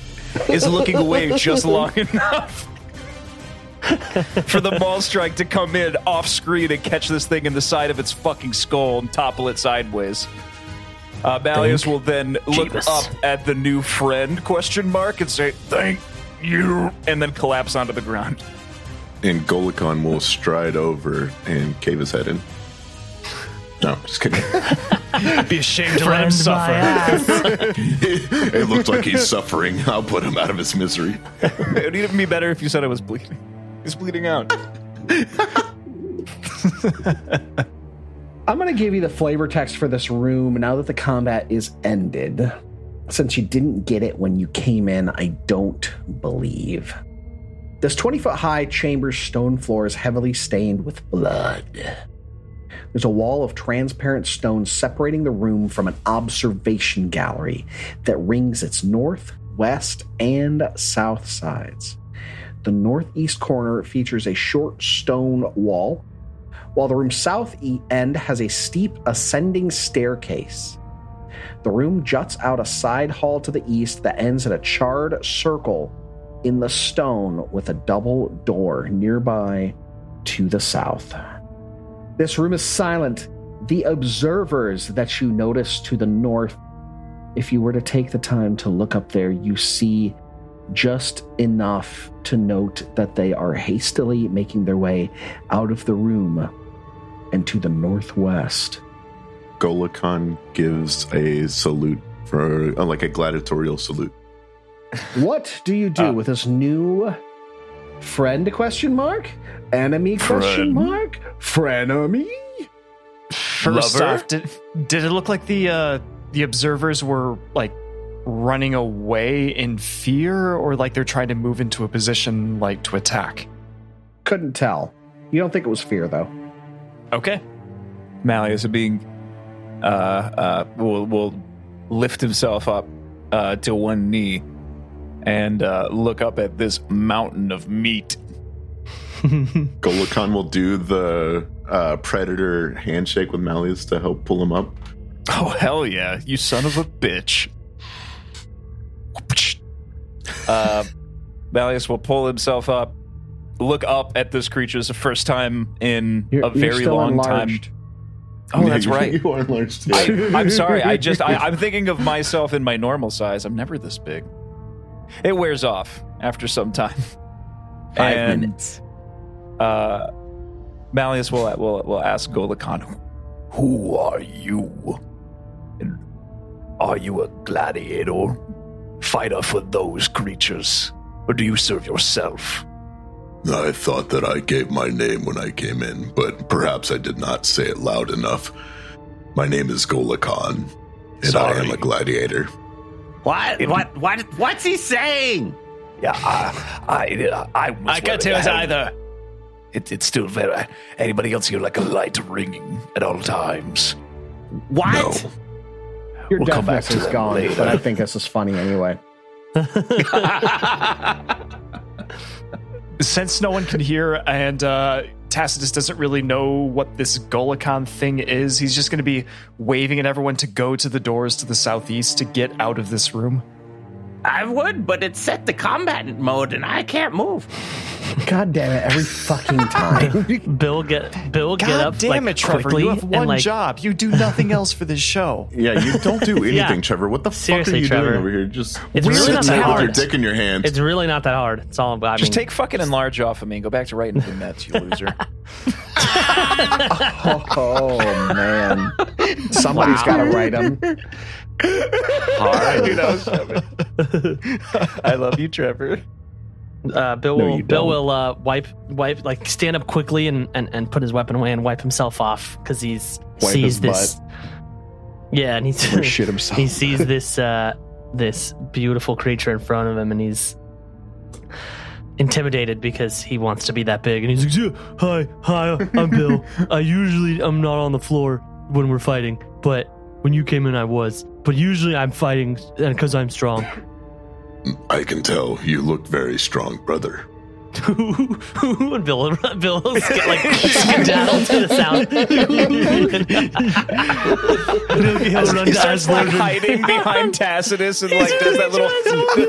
F: is looking away just long enough for the ball strike to come in off screen and catch this thing in the side of its fucking skull and topple it sideways. Uh, Malleus will then look
E: Jeebus.
F: up at the new friend question mark and say, "Thank you," and then collapse onto the ground.
C: And Golikon will stride over and cave his head in. No, just kidding.
F: Be ashamed to
E: Friend my ass.
C: it looks like he's suffering. I'll put him out of his misery.
F: It would even be better if you said I was bleeding. He's bleeding out.
B: kill. I'm going to give you the flavor text for this room now that the combat is ended. Since you didn't get it when you came in, I don't believe. This 20 foot high chamber's stone floor is heavily stained with blood. There's a wall of transparent stone separating the room from an observation gallery that rings its north, west, and south sides. The northeast corner features a short stone wall, while the room's south e- end has a steep ascending staircase. The room juts out a side hall to the east that ends in a charred circle in the stone with a double door. Nearby to the south. This room is silent. The observers that you notice to the north, if you were to take the time to look up there, you see just enough to note that they are hastily making their way out of the room and to the northwest.
C: Golakon gives a salute for uh, like a gladiatorial salute.
B: What do you do
F: Uh.
B: with this new friend question mark? Enemy question
F: Friend.
B: mark? Frenemy?
G: First
F: Lover?
G: off, did, did it look like the uh, the observers were like running away in fear, or like they're trying to move into a position like to attack?
B: Couldn't tell. You don't think it was fear though.
G: Okay,
F: Malleus being uh, uh, will will lift himself up uh, to one knee and uh, look up at this mountain of meat.
C: Golakon will do the uh, predator handshake with Malleus to help pull him up.
F: Oh hell yeah, you son of a bitch! Uh, Malleus will pull himself up, look up at this creature's first time in
B: You're-
F: a
B: you're
F: very
B: still
F: long
B: enlarged.
F: time. Oh, that's right.
C: you are enlarged.
F: I, I'm sorry. I just I, I'm thinking of myself in my normal size. I'm never this big. It wears off after some time.
D: Five
F: and,
D: minutes.
F: Uh, Malleus will will will ask Golakon, "Who are you? And are you a gladiator, fighter for those creatures, or do you serve yourself?"
C: I thought that I gave my name when I came in, but perhaps I did not say it loud enough. My name is Golakon, and I am
F: Sorry.
C: a gladiator.
D: What? What? What? What's he saying?
F: Yeah, uh, I I I, I got to either. It, it's still very. Anybody else hear like a light ringing at all times?
D: What?
C: No.
B: Your
F: We'll come back
B: deafness
F: to
B: is
F: that
B: gone,
F: later.
B: but I think this is funny anyway.
G: since no one can hear and uh, Tacitus doesn't really know what this Golikon thing is, he's just going to be waving at everyone to go to the doors to the southeast to get out of this room.
D: I would, but it's set to combat mode, and I can't move.
B: God damn it, every fucking time.
E: Bill get Bill get
G: God
E: up
G: damn
E: like,
G: it, Trevor!
E: quickly
G: you have one
E: and like
G: job. You do nothing else for this show.
C: Yeah, you don't do anything, Trevor. What the fuck are
E: Seriously,
C: you
E: Trevor.
C: doing over here? Just
E: It's
C: sitting
E: really not
C: there
E: that
C: with your
E: hard.
C: dick in your hand.
E: it's really not that hard. It's all I mean,
F: Just take fucking enlarge off of me and go back to writing vignettes, you loser.
B: oh man. somebody's gotta write them.
F: I knew that was coming. I love you, Trevor.
E: uh, Bill
B: No,
E: will
B: you
E: Bill
B: don't.
E: will uh, wipe wipe like stand up quickly and, and, and put his weapon away and wipe himself off because he's
C: Wipe his
E: sees this. Yeah, and he's
B: Or shit himself.
E: he sees this uh, this beautiful creature in front of him, and he's intimidated because he wants to be that big. And he's like, "Yeah, "Hi, hi, I'm Bill. I usually I'm not on the floor when we're fighting, but when you came in, I was. But usually I'm fighting because I'm strong."
C: I can tell you look very strong, brother.
E: and Bill, Bill will get like skedaddle to the sound. he'll, he'll run
F: He
E: to
F: starts like
E: Aslan.
F: hiding behind Tacitus and like does that little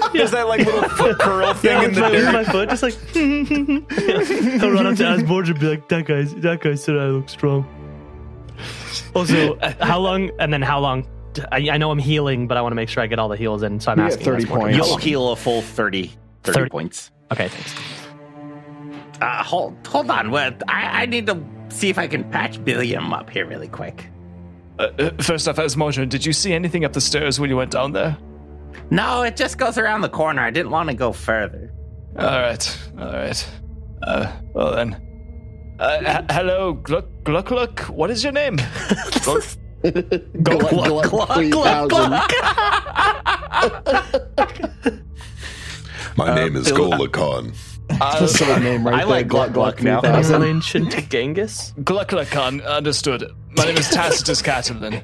F: does that like little foot curl thing in
E: with
F: the
E: my, with my
F: dirt.
E: foot, just like he'll run up to Asborg and be like, "That guy's that guy said I look strong." Also,
D: uh,
E: how long? And then how long? I, I know I'm healing, but I want to make sure I get all the heals in, so I'm
B: You get
E: asking.
B: 30
E: Asborg.
B: points.
D: You'll heal a full 30, 30,
E: 30.
D: points.
E: Okay, thanks.
D: Uh, hold, hold on. What? I, I need to see if I can patch Billiam up here really quick.
G: Uh, uh, first off, Asmojan, did you see anything up the stairs when you went down there?
D: No, it just goes around the corner. I didn't want to go further.
G: All right, all right. Uh, well then. Uh, h- hello, Gluck, Gluck, Gluck. What is your name?
B: Gluck, gluck,
D: Gluck, gluck,
B: 3000.
C: My name is Golakon.
B: That's a silly name right
D: I
B: there,
D: like Gluck, Gluck now.
B: 3000.
E: ancient Genghis.
G: Glucklacon, understood. My name is Tacitus Catalan.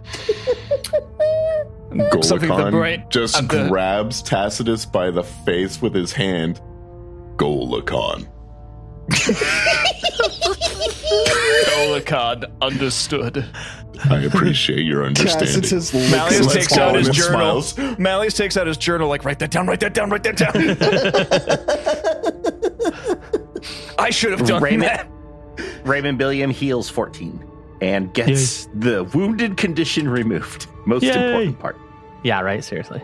G: Something with the brain.
C: Golakon just
G: at the-
C: grabs Tacitus by the face with his hand. Golakon.
G: Golacan, understood.
C: I appreciate your understanding.
B: Tacitus licks
F: Malleus
B: his
F: takes
B: palm
F: out his
B: and
F: journal.
C: smiles.
F: Malleus takes out his journal, like write that down, write that down, write that down. I should have done
D: Raymond-
F: that.
D: Raymond Billiam heals 14 and gets the wounded condition removed. Most
E: Yay.
D: important part.
E: Yeah, right. Seriously.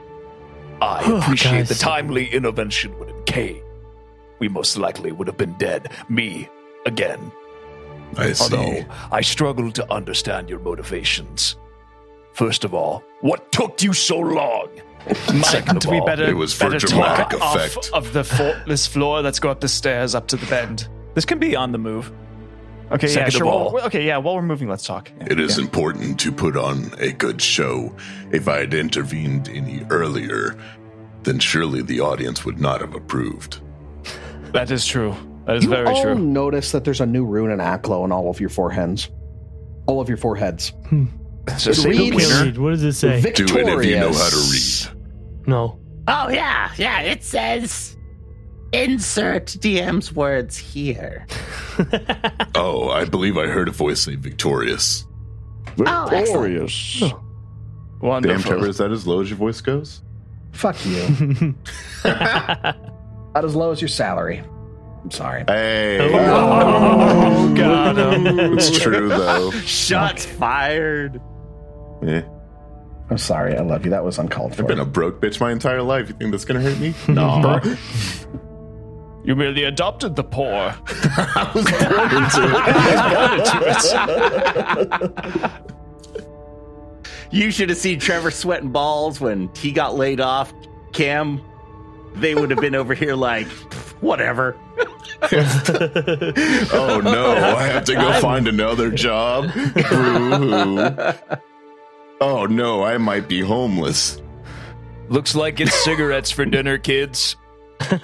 H: I
E: Oh,
H: appreciate
E: guys.
H: the timely intervention when it came. We most likely would have been dead. Me, again.
C: I see.
H: Although I struggle to understand your motivations. First of all, what took you so long? Second of
G: Mike, we
H: all,
G: better,
C: it was for
G: better
C: dramatic
G: talk off
C: effect.
G: of the fo- this floor. Let's go up the stairs up to the bend.
F: This can be on the move.
G: Okay, yeah,
H: Second of
G: sure.
H: all-
G: Well, okay, yeah. While we're moving, let's talk. Yeah.
C: It is important to put on a good show. If I had intervened any earlier, then surely the audience would not have approved.
G: That is true. That is
B: you
G: very
B: all
G: true.
B: notice that there's a new rune in Aklo on all of your foreheads. All of your foreheads.
F: So
B: It
F: say the
B: reads-
F: winner.
E: Hmm. What does it say?
B: Victorious.
C: Do any of you know how to
E: No.
D: Oh, yeah. Yeah. It says insert DM's words here.
C: read? Oh, I believe I heard a voice say victorious.
D: Oh,
H: Victorious.
C: Damn,
G: Oh, Wonderful.
C: Trevor, is that as low as your voice goes?
B: Fuck you. Not as low as your salary. I'm sorry.
C: Hey,
E: Oh, God.
C: it's true though.
D: Shots fired.
C: Eh,
B: I'm sorry. I love you. That was uncalled
C: I've
B: for.
C: been a broke bitch my entire life. You think that's gonna hurt me? No,
G: You merely adopted the poor.
C: I was born into it.
A: tipo, assim,
D: You should have seen Trevor sweating balls when he got laid off. Cam, they would have been over here like, whatever.
C: Oh no, I have to go find another job. Boo-hoo. Oh no, I might be homeless.
H: Looks like it's cigarettes for dinner, kids.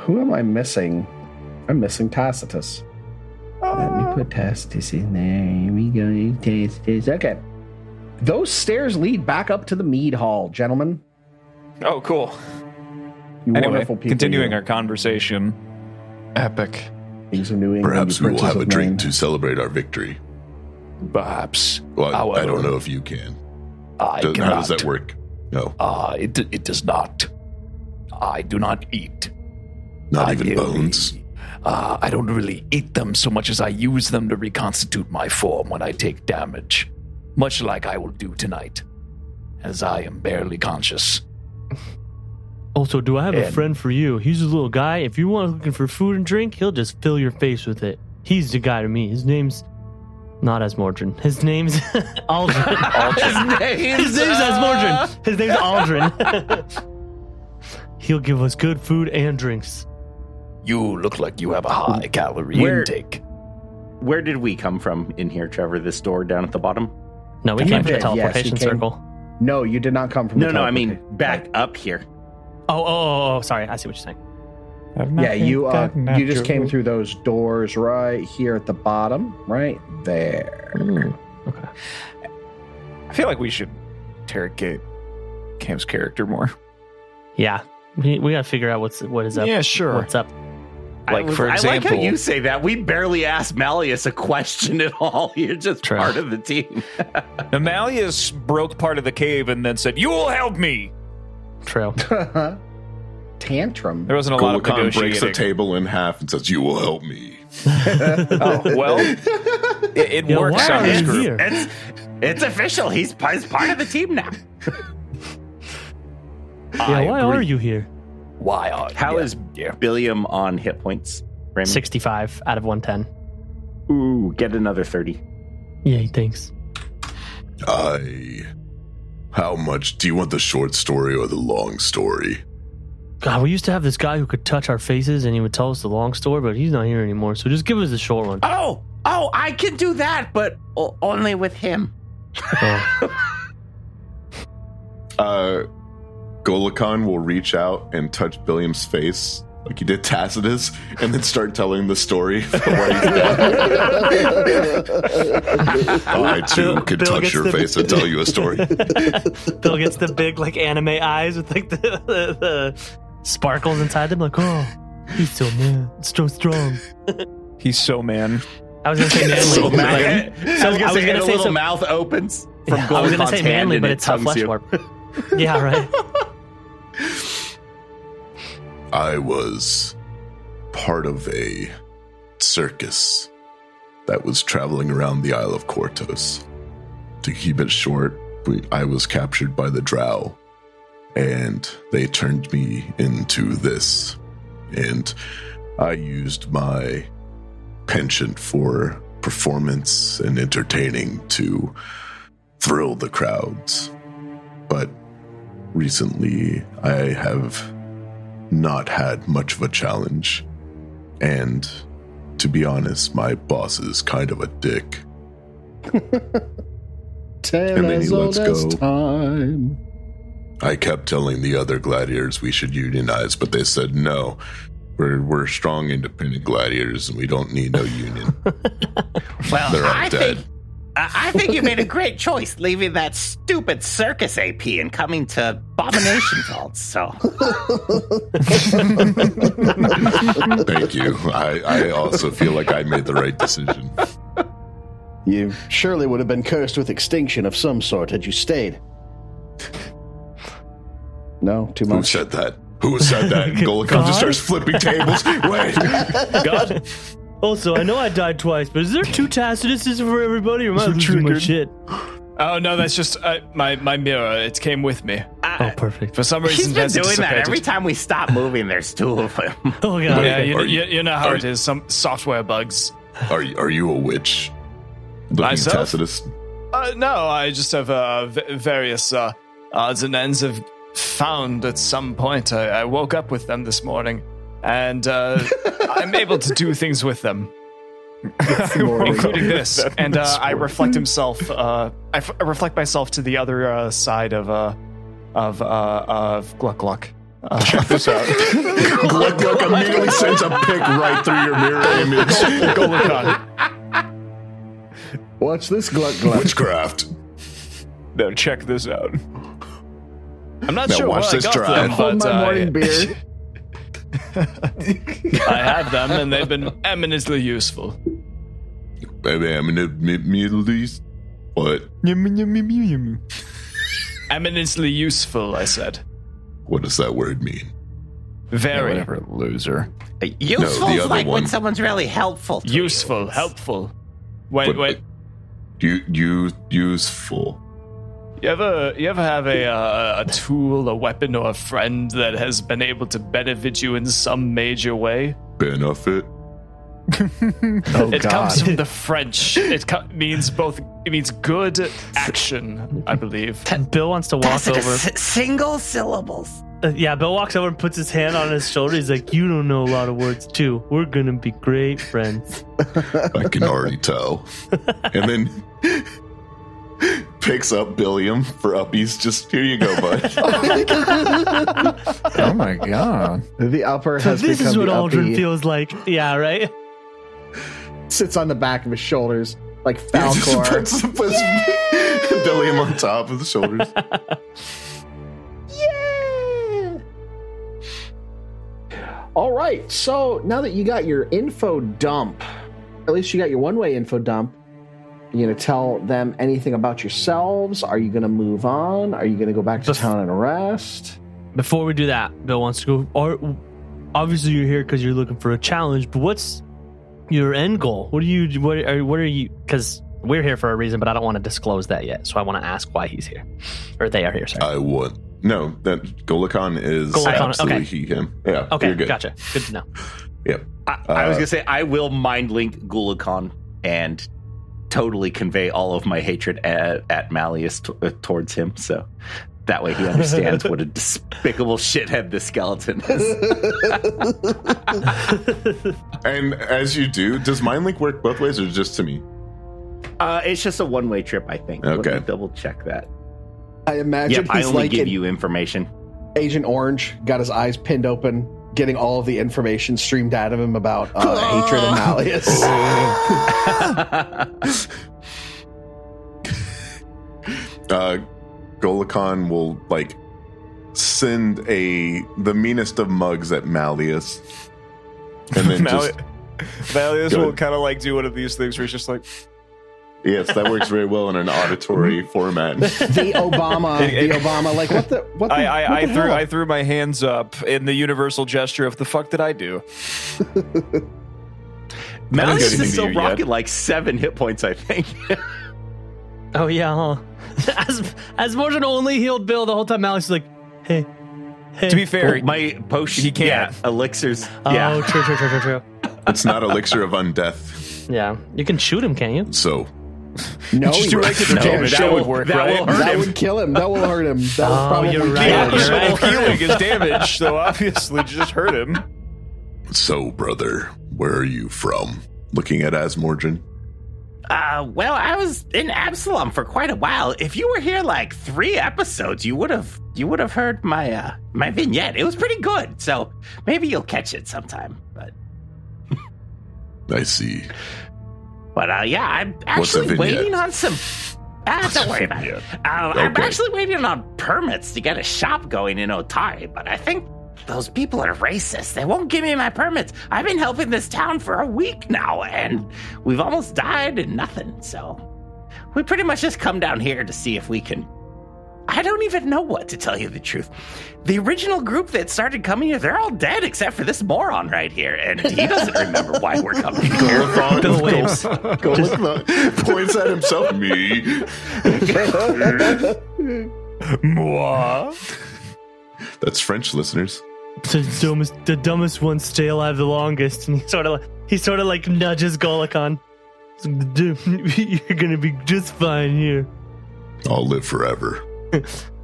B: Who am I missing? I'm missing Tacitus. Let me put Tacitus in there. Here we go. Tacitus. Okay. Those stairs lead back up to the mead hall, gentlemen.
F: Oh, cool.
B: You
F: Anyway,
B: wonderful people.
F: continuing
B: you
F: our conversation. Epic.
B: kings of New England.
C: Perhaps
B: you
C: we will
B: princes
C: have a
B: of Maine.
C: drink to celebrate our victory.
H: Perhaps.
C: Well, I- I
H: However,
C: don't know if you can.
H: I
C: Does-
H: cannot.
C: how does that work? No,
H: Uh, it, it does not. I do not eat.
C: not
H: I
C: even
H: merely-
C: bones.
H: Uh, I don't really eat them so much as I use them to reconstitute my form when I take damage, much like I will do tonight, as I am barely conscious.
E: also, do I have a
H: And-
E: friend for you? He's a little guy. If you want looking for food and drink, he'll just fill your face with it. He's the guy to me. His name's not Asmordran. His name's Aldrin.
D: His name's,
E: His name's
A: então,
E: Asmordran. His name's Aldrin. He'll give us good food and drinks.
H: You look like you have a high calorie
D: Where-
H: intake.
D: Where did we come from in here, Trevor? This door down at the bottom?
E: No, we came from the
B: Yes, you
E: teleportation
B: came-
E: circle.
B: No, you did not come from.
D: No,
B: the
D: no, I mean
B: teleportation.
D: back up here.
E: Oh, oh, oh, oh, sorry. I see what you're saying.
B: Yeah, you uh, you just came through those doors right here at the bottom, right there.
G: Hmm.
F: I feel like we should interrogate Cam's character more.
E: Yeah, we, we got to figure out what's what is up.
F: Yeah, sure.
E: What's up?
F: Like,
D: I was-
F: for
D: I like
F: example-
D: how you say that. We barely asked Malleus a question at all. You're just
E: True.
D: part of the team.
F: Amalius broke part of the cave and then said, "You will help me."
E: True.
B: Tantrum.
F: There wasn't a lot of
C: Gulakan breaks the
F: negotiating.
C: table in half and says, "You will help me."
F: Oh, well, it, it
E: Yeah,
F: works
E: why
F: on
E: are
F: this
E: you
F: group.
E: here?
D: It's it's official. He's, he's part of the team now.
E: Yeah, why are you here?
H: Why are
D: How
H: yeah.
D: is Billiam on hit points? Raymond?
E: 65 out of 110.
D: Ooh, get another 30.
E: Yeah, thanks.
C: I. How much do you want the short story or the long story?
E: God, we used to have this guy who could touch our faces and he would tell us the long story, but he's not here anymore. So just give us the short one.
D: Oh, oh, I can do that, but o- only with him.
E: Oh,
C: Uh, Golakan will reach out and touch Billiam's face like he did Tacitus, and then start telling the story. from what he's done. I too
E: Bill-
C: could
E: Bill
C: touch
E: gets
C: your
E: the-
C: face and tell you a story.
E: Bill gets the big, like, anime eyes with, like, the, the, the sparkles inside them. Like, oh, he's so man, so strong.
F: He's so man.
E: I was going to say
C: So
E: manly. but, like,
C: manly.
E: So I was gonna
D: the
E: say
D: little
E: some-
D: mouth opens from
E: yeah, I was going
D: Golakon's
E: to say
D: hand
E: manly,
D: and
E: but
D: it
E: it's a
D: tongues
E: flesh
D: you.
E: warp. yeah, right.
C: I was part of a circus that was traveling around the Isle of Kortos. To keep it short, we, I was captured by the Drow, and they turned me into this. And I used my penchant for performance and entertaining to thrill the crowds. But recently, I have not had much of a challenge. And to be honest, my boss is kind of a dick.
B: Tale
C: And then
B: as
C: he
B: old
C: lets
B: as
C: go.
B: time.
C: I kept telling the other gladiators we should unionize, but they said no. We're, we're strong, independent gladiators, and we don't need no union.
D: Well,
C: They're all
D: I
C: dead.
D: think I I think you made a great choice leaving that stupid circus AP and coming to Abomination Vaults. So
C: Thank you. I, I also feel like I made the right decision.
B: You surely would have been cursed with extinction of some sort had you stayed. No, too
C: Who
B: much.
C: said that? Who said that? And Golikov just starts flipping tables. Wait.
E: God. Also, I know I died twice, but is there two Tacitus's for everybody? Or am I losing my shit?
G: Oh no, that's just uh, my my mirror. It came with me
E: Oh, perfect.
G: for some reason.
D: he's been
G: that's
D: doing that
G: dissipated.
D: every time we stop moving. There's two of them.
E: Oh, God.
G: Yeah, you,
C: Are
G: you,
C: you-
G: you know how
C: are
G: it is. Some software bugs.
C: Are you, are you a witch? Looking at
G: Myself?
C: Tacitus.
G: Uh, no, I just have uh, v- various uh, odds and ends of found at some point. I, I woke up with them this morning, and uh, I'm able to do things with them, including this. And uh, I reflect himself. Uh, I, f- I reflect myself to the other uh, side of uh, of uh, of Gluck Gluck. Uh,
C: Check this out. Gluck Gluck immediately sends a pic right through your mirror image.
G: Golikon.
B: Watch this gluck gluck.
C: Witchcraft.
F: No, check this out.
G: I'm not
C: Now
G: sure
C: watch
G: what I
C: this
G: got
C: drive.
G: them,
B: Hold
G: but uh,
B: my
G: I-
B: morning beer.
G: I have them, and they've been eminently useful.
C: Baby, I'm in the Mi- Middle East. What?
G: Eminently useful, I said.
C: What does that word mean?
G: Very.
F: Whatever, loser.
D: Useful
C: other
D: like
C: one.
D: when someone's really helpful. To
G: useful,
D: you.
G: helpful. Wait,
C: But-
G: wait.
C: You, you, useful.
G: You ever you ever have a uh, a tool, a weapon, or a friend that has been able to benefit you in some major way?
C: Benefit.
F: Oh,
G: it comes from the French. It co- means both. It means good action, I believe.
E: Bill wants to walk
D: That's it,
E: over.
D: s- single syllables.
E: Uh, yeah, Bill walks over and puts his hand on his shoulder. He's like, You don't know a lot of words, too. We're going to be great friends.
C: I can already tell. And then picks up Billiam for uppies. Just here you go, bud.
F: oh my god.
B: The upper
E: So
B: has
E: this
B: become
E: is what
B: the uppy.
E: Aldrin feels like. Yeah, right?
B: Sits on the back of his shoulders like
C: Just
B: Falcor.
C: puts, puts Billiam on top of the shoulders.
B: All right. So now that you got your info dump, at least you got your one way info dump. You gonna tell them anything about yourselves? Are you gonna move on? Are you gonna go back to
E: Bef-
B: town and rest?
E: Before we do that, Bill wants to go. Or, obviously, you're here because you're looking for a challenge, but what's your end goal? What do you. What are, what are you. Because we're here for a reason, but I don't want to disclose that yet. So I want to ask why he's here. Or they are here, sorry.
C: I want. No, that Golikon is
E: Golikon,
C: absolutely
E: okay.
C: he, him. Yeah,
E: okay,
C: you're good.
E: gotcha. Good to know.
D: I, I
C: Uh,
D: was gonna say I will mind link Gulikon and totally convey all of my hatred at, at Malleus t- uh, towards him. So that way he understands what a despicable shithead this skeleton is.
C: And as you do, does Mind Link work both ways or just to me?
D: Uh, it's just a one way trip, I think. Let me
C: Okay.
D: double check that.
B: I imagine
D: Yep, I
B: he's
D: only
B: like
D: give
B: an
D: you information.
B: Agent Orange, got his eyes pinned open, getting all of the information streamed out of him about uh, hatred and malice.
C: uh, Golikon will like send a the meanest of mugs at Malleus, and then
F: Mal-
C: just
F: Valius
C: Go
F: will
C: ahead.
F: kind of like do one of these things where he's just like,
C: yes, that works very well in an auditory format.
B: the Obama, the Obama, like what the what the,
F: I, I,
B: what
F: I
B: the
F: threw
B: hell?
F: I threw my hands up in the universal gesture of the fuck did I do?
D: Malleus
F: anything
D: is still
F: to you yet.
D: rocking like seven hit points, I think.
E: Oh yeah, huh? as as Morgan only healed Bill the whole time. Alex is like, hey, hey.
F: To be fair,
D: My potion,
F: He
D: yeah,
F: can't.
D: elixirs,
E: oh,
D: yeah.
E: true, true, true, true, true.
C: It's not elixir of undeath,
E: Yeah, you can shoot him, can't you?
C: so
B: No,
F: Just
B: you-
F: directed the
B: no,
F: damn
B: that
F: show
B: will-
F: would work,
D: that
F: right?
D: will hurt
B: That
D: him.
B: would kill him. That will hurt him. That will
E: Oh,
B: probably
E: you're
B: kill
E: right,
B: him.
E: you're right.
F: Actual healing is damage, so obviously just hurt him.
C: so brother, where are you from? Looking at Asmorgen.
D: Uh, well, I was in Absalom for quite a while. If you were here like three episodes, you would have you would have heard my uh my vignette. It was pretty good, so maybe you'll catch it sometime. But
C: I see.
D: but uh, yeah, I'm
C: What's a
D: actually
C: vignette?
D: waiting on some. Ah, don't worry about it. Um, I'm
C: Okay.
D: actually waiting on permits to get a shop going in Otari, but I think those people are racist. They won't give me my permits. I've been helping this town for a week now, and we've almost died and nothing. So we pretty much just come down here to see if we can. I don't even know what to tell you the truth. The original group that started coming here, they're all dead except for this moron right here, and he doesn't remember why we're coming here.
E: Bill waves.
C: Golithon points at himself. Me.
F: Moi.
C: That's French, listeners.
E: the dumbest, the dumbest ones stay alive the longest, and he sort of he sort of like nudges Golikon. He's like, "Dude, You're gonna be just fine here.
C: I'll live forever.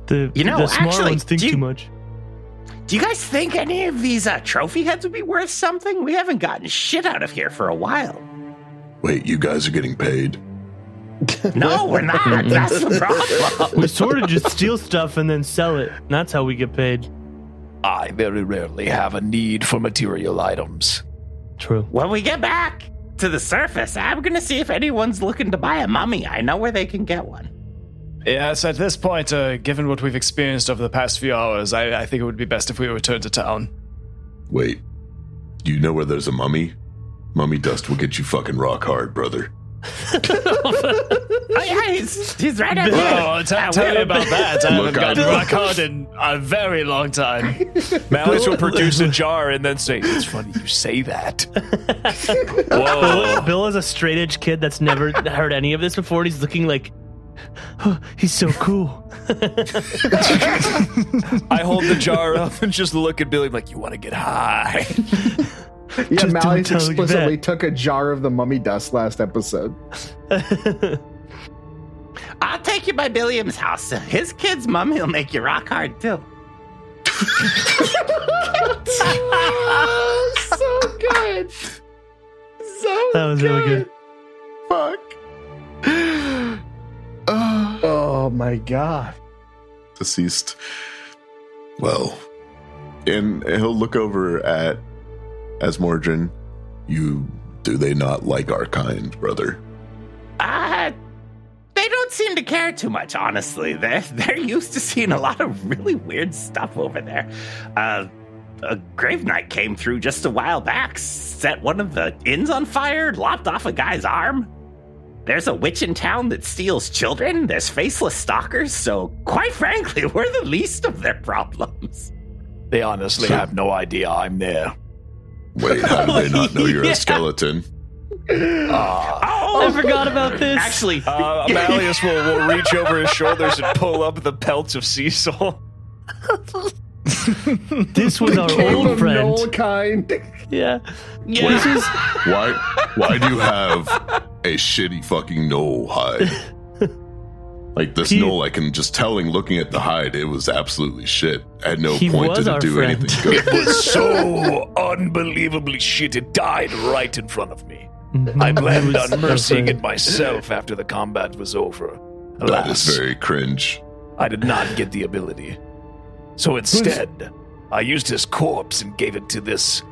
E: The
D: You know,
E: the smart
D: actually,
E: ones think
D: do you-
E: too much.
D: Do you guys think any of these uh, trophy heads would be worth something? We haven't gotten shit out of here for a while.
C: Wait, you guys are getting paid?
D: No, we're not. That's the problem.
E: We sort of just steal stuff and then sell it. And that's how we get paid.
H: I very rarely have a need for material items.
E: True.
D: When we get back to the surface, I'm going to see if anyone's looking to buy a mummy. I know where they can get one.
G: Yes, at this point, uh, given what we've experienced over the past few hours, I, I think it would be best if we return to town.
C: Wait, you know where there's a mummy? Mummy dust will get you fucking rock hard, brother.
D: Oh, yeah, he's, he's right out
G: Oh,
D: there.
G: t-
D: Uh,
G: tell
D: we're-
G: me about that. I haven't
C: Look, I-
G: gotten rock hard in a very long time.
F: Malice will produce a jar and then say,
H: It's funny you say that.
E: Bill, Bill is a straight edge kid that's never heard any of this before. And he's looking like, "Oh, he's so cool.
F: I hold the jar up.
H: and just look at Billy like, you want to get high.
B: Yeah,
E: Just don't
B: Malleus
E: tell your vet.
B: explicitly took a jar of the mummy dust last episode.
D: I'll take you by Billiam's house. His kid's mummy will make you rock hard, too.
E: That was really good.
C: Fuck.
B: Oh my god.
C: Deceased. Well, and he'll look over at Asmorgen. You do they not like our kind, brother?
D: Uh, they don't seem to care too much, honestly. They're, they're used to seeing a lot of really weird stuff over there. Uh, a Grave Knight came through just a while back, set one of the inns on fire, lopped off a guy's arm. There's a witch in town that steals children. There's faceless stalkers, so quite frankly, we're the least of their problems.
H: They honestly have no idea I'm there.
C: Wait, how do they not know you're
E: Yeah.
C: a skeleton?
E: I
D: Oh,
E: forgot about this.
D: actually,
F: Uh, Malleus will, will reach over his shoulders and pull up the pelt of Cecil.
E: this was our old
B: Caleb
E: friend.
B: Noel kind.
E: Yeah.
D: Yeah.
E: This is-
C: Why why do you have a shitty fucking knoll hide? Like this
E: He-
C: knoll, I can just tell in looking at the hide, it was absolutely shit. At no
E: He
C: point
E: was
C: did
E: our
C: it do
E: friend.
C: anything good.
H: It was so unbelievably shit. It died right in front of me.
E: Mm-hmm.
H: I planned on mercying it myself after the combat was over.
C: that is
H: Alas,
C: very cringe.
H: I did not get the ability. So instead, I used his corpse and gave it to this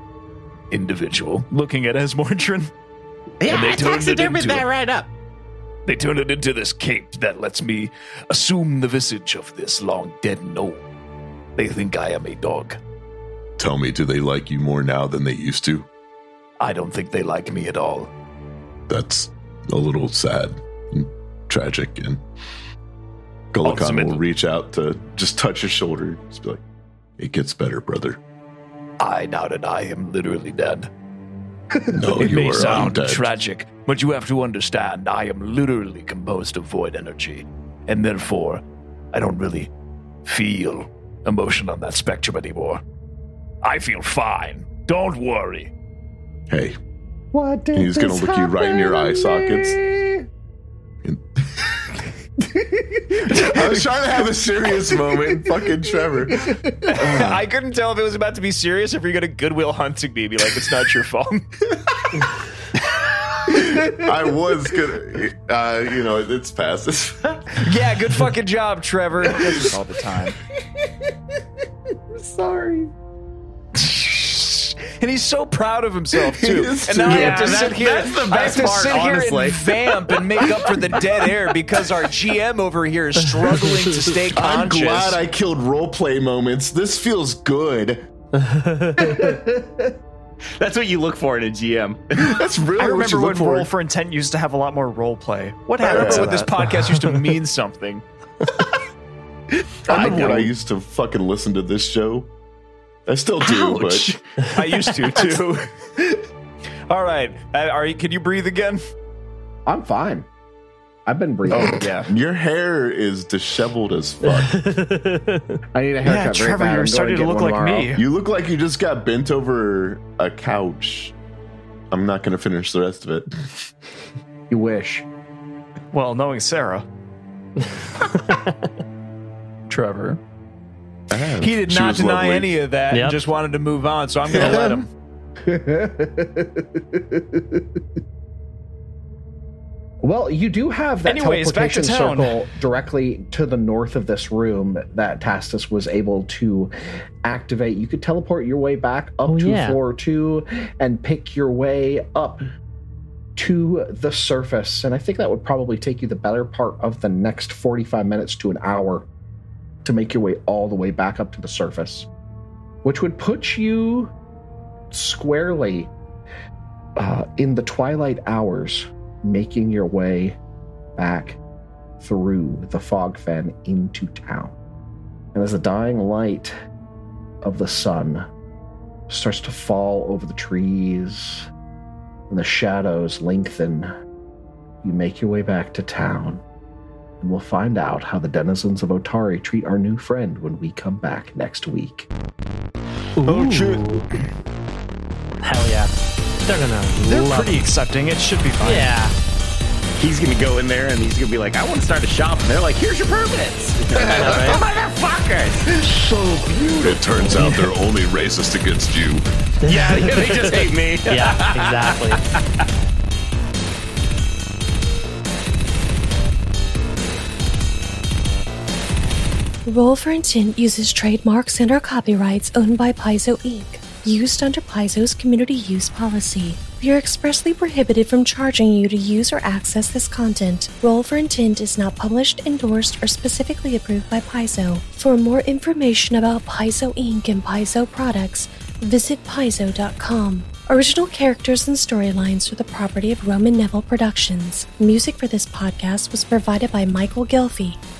H: individual.
F: Looking at Asmorgen.
D: yeah,
H: and they
D: I
H: turned it
D: taxidermied
H: into
D: that
H: a-
D: right up.
H: They turn it into this cape that lets me assume the visage of this long dead gnome. They think I am a dog.
C: Tell me, do they like you more now than they used to?
H: I don't think they like me at all.
C: That's a little sad and tragic. And Golikon
H: Ultimately-
C: will reach out to just touch his shoulder. Just be like, it gets better, brother.
H: I doubt it. I am literally dead. No, it
C: you
H: may
C: are
H: sound
C: undead.
H: tragic, but you have to understand I am literally composed of void energy, and therefore I don't really feel emotion on that spectrum anymore. I feel fine. Don't worry.
C: Hey,
B: What did
C: He's gonna
B: this
C: look you right in your eye
B: happen to
C: sockets.
B: me?
C: I was trying to have a serious moment. Fucking Trevor.
F: I couldn't tell if it was about to be serious or if you're going to goodwill hunting me, be like, it's not your fault.
C: I was gonna, uh, you know, it's past. It's
F: yeah, good fucking job, Trevor. All the time.
B: Sorry.
F: And he's so proud of himself too.
C: is,
F: And now I
C: too.
F: have to
D: Yeah,
F: sit
D: that-
F: here.
D: that's the
F: I have
D: best
F: to
D: part,
F: sit here
D: honestly.
F: and vamp and make up for the dead air because our GM over here is struggling to stay
C: I'm
F: conscious.
C: glad I killed roleplay moments. This feels good.
D: That's what you look for in a GM.
C: That's really
G: I
C: what you
G: remember
C: look
G: when
C: for.
G: Roll for Intent used to have a lot more role play. What
F: I
G: happened
F: remember
G: to
F: when this
G: this?
F: podcast used to mean something.
C: I remember when I
D: don't.
C: used to fucking listen to this show. I still do,
D: Ouch.
C: but
F: I used to too. All right, uh, are you, can you breathe again?
B: I'm fine. I've been breathing.
C: oh yeah, your hair is disheveled as fuck.
B: I need a haircut.
G: Yeah,
B: very
G: Trevor,
B: bad. I'm
G: you're
B: going
G: starting to
B: get
G: look
B: one
G: like
B: tomorrow.
G: me.
C: you look like you just got bent over a couch. I'm not gonna finish the rest of it.
B: You wish.
G: Well, knowing Sarah,
F: Trevor. Oh, He did not deny any of that
E: Yep.
F: and just wanted to move on, so I'm going to let him.
B: Well, you do have that
G: Anyways, back to
B: teleportation
G: town.
B: circle directly to the north of this room that Tastus was able to activate. You could teleport your way back up
E: Oh,
B: to
E: yeah.
B: floor two and pick your way up to the surface. And I think that would probably take you the better part of the next 45 minutes to an hour to make your way all the way back up to the surface, which would put you squarely uh, in the twilight hours, making your way back through the fog fen into town. And as the dying light of the sun starts to fall over the trees and the shadows lengthen, you make your way back to town. And we'll find out how the denizens of Otari treat our new friend when we come back next week.
E: Oh shit! Hell yeah! They're gonna.
G: they're
E: love
G: pretty accepting. It should be fine.
E: Yeah.
D: He's gonna go in there and he's gonna be like, I want to start a shop. And they're like, here's your permits. Motherfuckers!
C: It turns out they're only racist against you.
D: Yeah, they just hate me.
E: Yeah. Exactly.
I: Roll for Intent uses trademarks and or copyrights owned by Paizo Inc., used under Paizo's community use policy. We are expressly prohibited from charging you to use or access this content. Roll for Intent is not published, endorsed, or specifically approved by Paizo. For more information about Paizo Inc. and Paizo products, visit paizo.com. Original characters and storylines are the property of Roman Neville Productions. Music for this podcast was provided by Michael Gilfie.